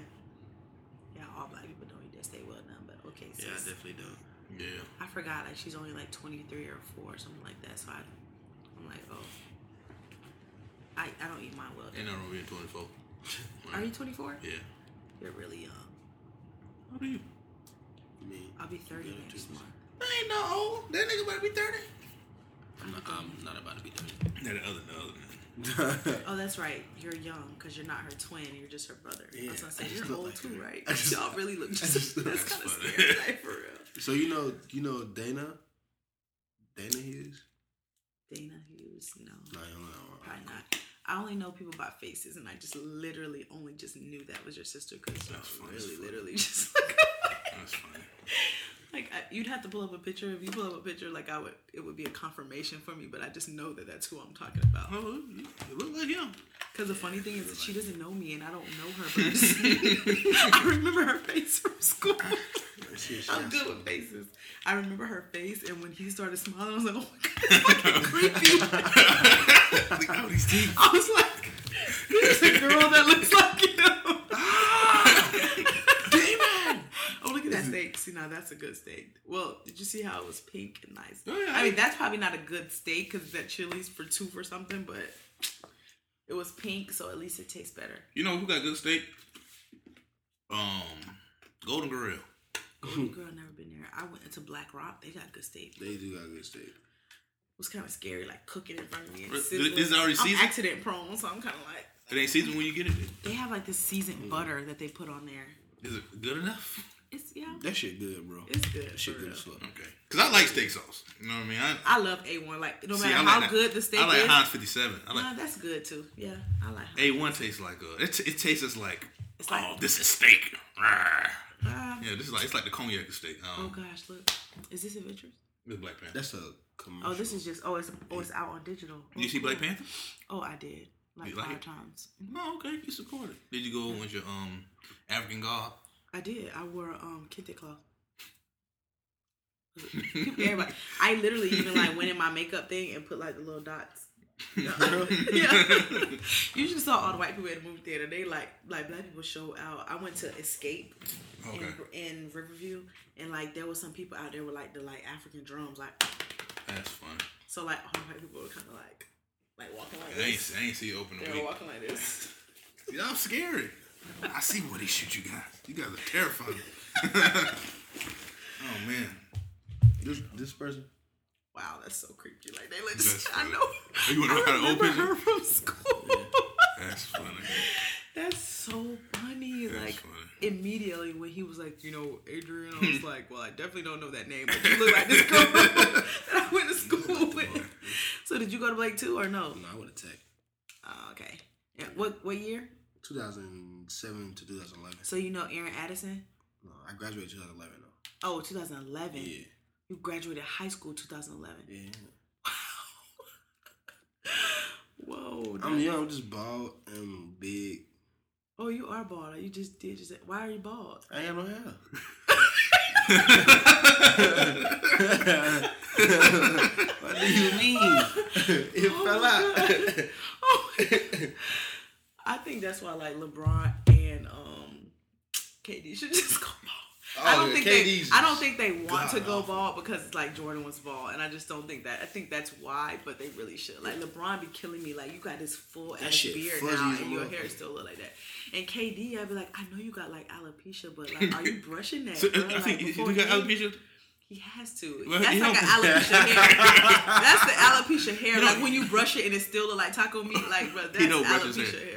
Yeah, all black people don't eat that steak well done, but okay. yeah, I sis. definitely don't. Yeah. I forgot like she's only like 23 or 4 or something like that. So I, I'm like, oh, I, I don't eat mine well. Ain't no wrong being twenty four. Are you 24? Yeah. You're really young. How do you? I mean, I'll be 30 Yeah, next too. month. I ain't no old. That nigga about to be thirty. I'm not, I'm not about to be Yeah, the other, the other. Man. done. Oh, that's right. You're young because you're not her twin. You're just her brother. I was Yeah, gonna I say just you're look old like too, her. right? I just- Y'all really look. I just look that's like kind of her. scary, like, for real. so you know, you know Dana, Dana Hughes. Dana Hughes, no, No, I don't know. probably not. I only know people by faces, and I just literally only just knew that was your sister because That's funny as really, fuck. literally just That's funny. Like I, you'd have to pull up a picture. If you pull up a picture, like I would, it would be a confirmation for me. But I just know that that's who I'm talking about. Oh, you- you look like him. Because the funny thing is that she doesn't know me, and I don't know her. But I've seen- I remember her face from school. I'm good with faces. I remember her face, and when he started smiling, I was like, "Oh my god, that's fucking creepy." Look out these teeth. I was like, "There's a girl that looks like you." Ah! Demon. Oh, look at that steak. See, now that's a good steak. Well, did you see how it was pink and nice? Oh, yeah. I mean, that's probably not a good steak because that chili's for two for something, but it was pink, so at least it tastes better. You know who got good steak? Um, Golden Grill. Hmm. Girl, I've never been there. I went to Black Rock. They got good steak. It They do got good steak. was kind of scary, like cooking in front of me. And Really? sizzling. This is already I'm seasoned? accident prone, so I'm kind of like. It ain't seasoned when you get it. They have like this seasoned Mm. butter that they put on there. Is it good enough? It's, yeah, That shit good, bro. it's good. that shit for good real. as fuck. Okay. Cause I like steak sauce. You know what I mean? I, I love A1. Like, no see, matter I like how that- good the steak I like is. Heinz 57. I Nah, like that's good too. Yeah, I like Heinz. A1 tastes like uh, it. It tastes just like It's oh, like- this is steak. Rawr. Ah. Yeah, this is like it's like the cognac of steak. Oh Um, gosh, look. Is this Adventures? with Black Panther. That's a commercial. Oh, this is just oh it's oh it's out on digital. Did you see Black Panther? Oh I did. Like You like five it? times. No, Oh, okay, you support it. Did you go with your um African garb? I did. I wore um kente cloth. Everybody. I literally even like went in my makeup thing and put like the little dots. yeah. you just saw all the white people at the movie theater. They like like black people show out. I went to Escape Okay. in, in Riverview and like there was some people out there with like the like African drums like That's funny. so like all the white people were kind of like like walking like I ain't, this. I ain't see you open They a were week. walking like this. Y'all scary. I see where they shoot you guys. You guys are terrifying. oh man. this this person. wow, that's so creepy. Like they That's just, I funny. know. You wanna know I how to remember open it? her from school. That's funny. that's so funny. That's like funny. immediately when he was like, you know, Adrian, I was like, well, I definitely don't know that name, but you look like this girl that I went to school with. So did you go to Blake too or no? No, I would attack. Oh, okay. And what what year? 2007 to 2011. So you know Aaron Addison? No, I graduated 2011 though. Oh, 2011. Yeah, You graduated high school 2011. yeah. Whoa. I'm that- Oh, young. I'm just bald and big. Oh, you are bald. You just did. Just why are you bald? I ain't have no hair. what do you mean? it Oh fell my out. God. Oh, I think that's why like LeBron and um KD should just go bald. I Oh, don't yeah, think KD's they. I don't think they want God to go awful. bald because it's like Jordan was bald, and I just don't think that. I think that's why, but they really should. Like LeBron be killing me. Like you got this full That ass shit beard fuzzy now, as a and your motherfucker. hair still look like that. And KD, I'd be like, I know you got like alopecia, but like, are you brushing that? So, uh, bro? I Like, think you before got you- alopecia. he has to. Well, That's he like an don't- alopecia hair. That's the alopecia hair. He Like don't- when you brush it and it still look like taco meat. Like, bro, that's He don't brush his alopecia hair. hair.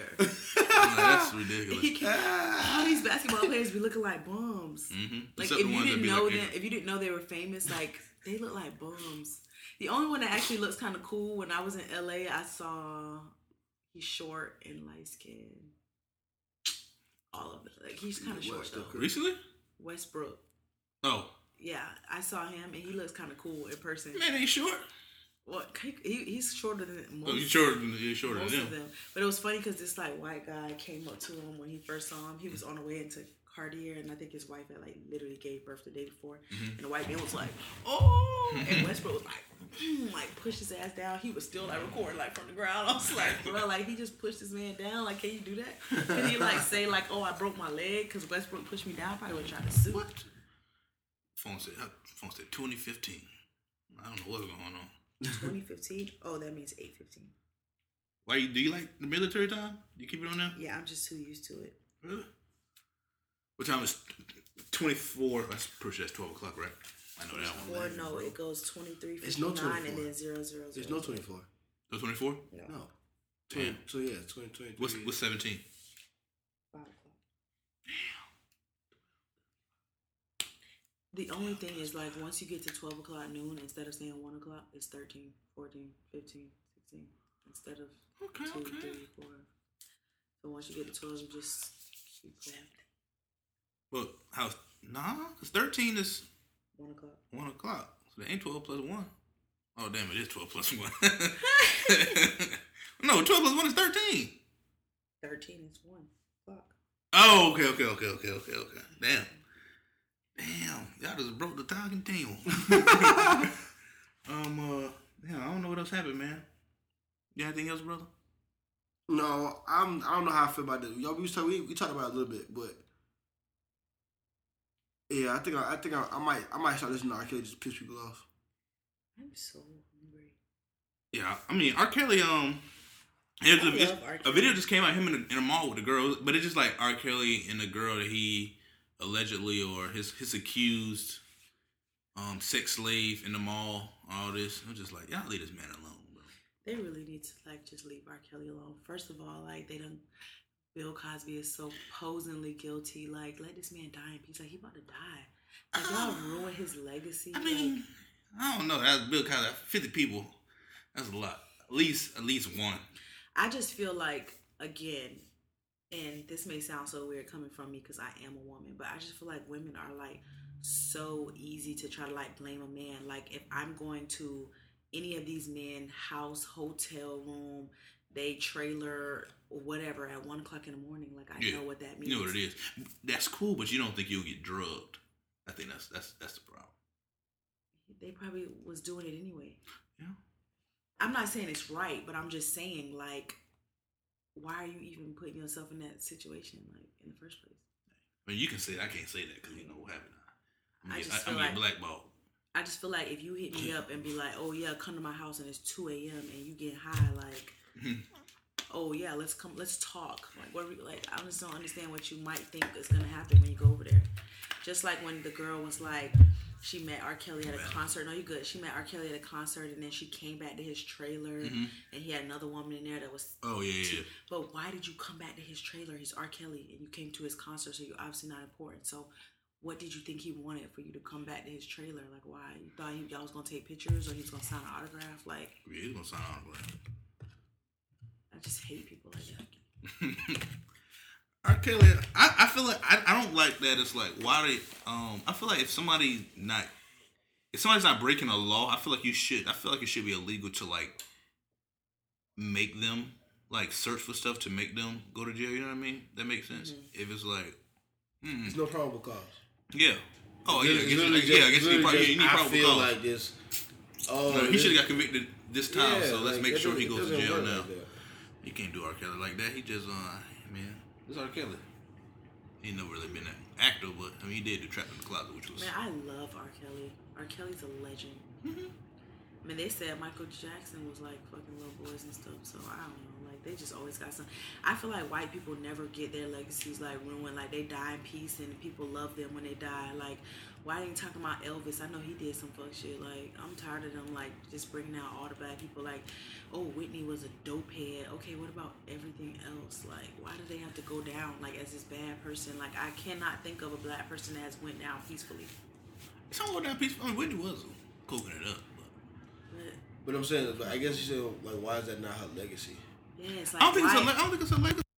Nah, that's ridiculous. He can't- all Ah. these basketball players be looking like bums. Mm-hmm. Like if you didn't know them, if you didn't know they were famous, like they look like bums. The only one that actually looks kind of cool when I was in LA, I saw he's short and light skinned. All of it. Like he's kind of short though. recently. Westbrook. Oh Yeah, I saw him and he looks kind of cool in person. man, ain't short. Well, he, he- he's shorter than most, Oh, you shorter than you shorter most than of them. them. But it was funny because this like white guy came up to him when he first saw him. He was on the way into Cartier, and I think his wife had like literally gave birth the day before. Mm-hmm. And the white man was like, "Oh!" and Westbrook was like, mm, like pushed his ass down. He was still like recording like from the ground. I was like, "Bro, like he just pushed this man down. Like, can you do that?" Can he like say like, "Oh, I broke my leg because Westbrook pushed me down"? Probably would try to sue. What? Phone said. huh, Phone said 2015. I don't know what's going on. 2015. Oh, that means 815. Why you do you like the military time? You keep it on now? Yeah, I'm just too used to it. Really? What time is 24? That's pretty sure that's 12 o'clock, right? I know that one. Or no, it goes 23, It's no 59, and 24. then 0, 0, There's no 24. So 24? No. No. 20, Damn. So yeah, 20, 23. What's what's 17? Five o'clock. The only thing is, like, once you get to 12 o'clock noon, instead of saying 1 o'clock, it's 13, 14, 15, 16. Instead of Okay, 2, okay. 3, 4. So once you get to 12, you just keep going. Well, how's nah? Cause 13 is 1 o'clock. one o'clock. So they ain't 12 plus one. Oh damn, it is 12 plus one. no, 12 plus one is 13. 13 is 1 o'clock. Oh, okay, okay, okay, okay, okay, okay. Damn. Damn. Y'all just broke the time continuum. um, uh, yeah, I don't know what else happened, man. You got anything else, brother? No, I'm. I don't know how I feel about this. Y'all, we was talking. We, we talked about it a little bit, but yeah, I think I, I think I, I might. I might start listening to arcade just to piss people off. I'm so hungry. Yeah, I mean, R. Kelly, um, it's I a, it's- love R. a video just came out him in a, in a mall with a girl, but it's just like R. Kelly and the girl that he allegedly or his his accused um sex slave in the mall. All this, I'm just like, y'all leave this man alone, bro. They really need to like just leave R. Kelly alone. First of all, like they done Bill Cosby is so posingly guilty. Like let this man die in peace. Like he about to die. Like y'all ruin his legacy. Ah. I mean, I don't know. That's Bill Cosby. Fifty people. That's a lot. At least, at least one. I just feel like again, and this may sound so weird coming from me because I am a woman, but I just feel like women are like so easy to try to like blame a man. Like if I'm going to any of these men house, hotel room, they trailer, whatever at one o'clock in the morning, like I Yeah. know what that means. You know what it is. That's cool, but you don't think you'll get drugged. I think that's that's that's the problem. They probably was doing it anyway. Yeah. I'm not saying it's right, but I'm just saying like why are you even putting yourself in that situation like in the first place? I mean, you can say it. I can't say that because you know what happened. I'm I gonna just get, I, am feel getting like- blackballed. I just feel like if you hit me up and be like, "Oh yeah, come to my house and it's two a.m. and you get high," like, Mm-hmm. "Oh yeah, let's come, let's talk." Like, what? Are we, like, I just don't understand what you might think is gonna happen when you go over there. Just like when the girl was like, she met R. Kelly at a concert. No, you good. She met R. Kelly at a concert and then she came back to his trailer Mm-hmm. and he had another woman in there that was. Oh yeah, yeah, yeah. But why did you come back to his trailer? He's R. Kelly and you came to his concert, so you're obviously not important. So what did you think he wanted for you to come back to his trailer? Like, why? You thought he, y'all was gonna take pictures or he was gonna sign an autograph? Like, yeah he's gonna sign autograph. I just hate people like that. R. Kelly, I, I feel like I, I don't like that. It's like why they um I feel like if somebody not if somebody's not breaking a law, I feel like you should I feel like it should be illegal to like make them like search for stuff to make them go to jail. You know what I mean? That makes sense. Mm-hmm. If it's like, It's no probable cause. yeah, oh yeah, I It's guess, literally like, yeah, I guess just- you, probably, literally you need just, I probable feel cause. like this. Oh, No, he this- should have got convicted this time, yeah, so let's like, make that sure he doesn't- goes to doesn't jail work now. like that. You can't do R. Kelly like that. He just, uh, man, this R. Kelly. He ain't never really been an actor, but I mean, he did do Trapped in the Closet, which was Man, I love R. Kelly. R. Kelly's a legend. I mean, they said Michael Jackson was like fucking little boys and stuff. So I don't know. Like they just always got some. I feel like white people never get their legacies like ruined. Like they die in peace and people love them when they die. Like why ain't talking about Elvis? I know he did some fuck shit. Like I'm tired of them like just bringing out all the black people. Like oh Whitney was a dope head. Okay, what about everything else? Like why do they have to go down like as this bad person? Like I cannot think of a black person that has went down peacefully. It's all that piece. I mean, Whitney was cooking it up. But. But But I'm saying, like, I guess you said, like, why is that not her legacy? yeah, it's I like don't think it's a. why- le- I don't think it's a legacy.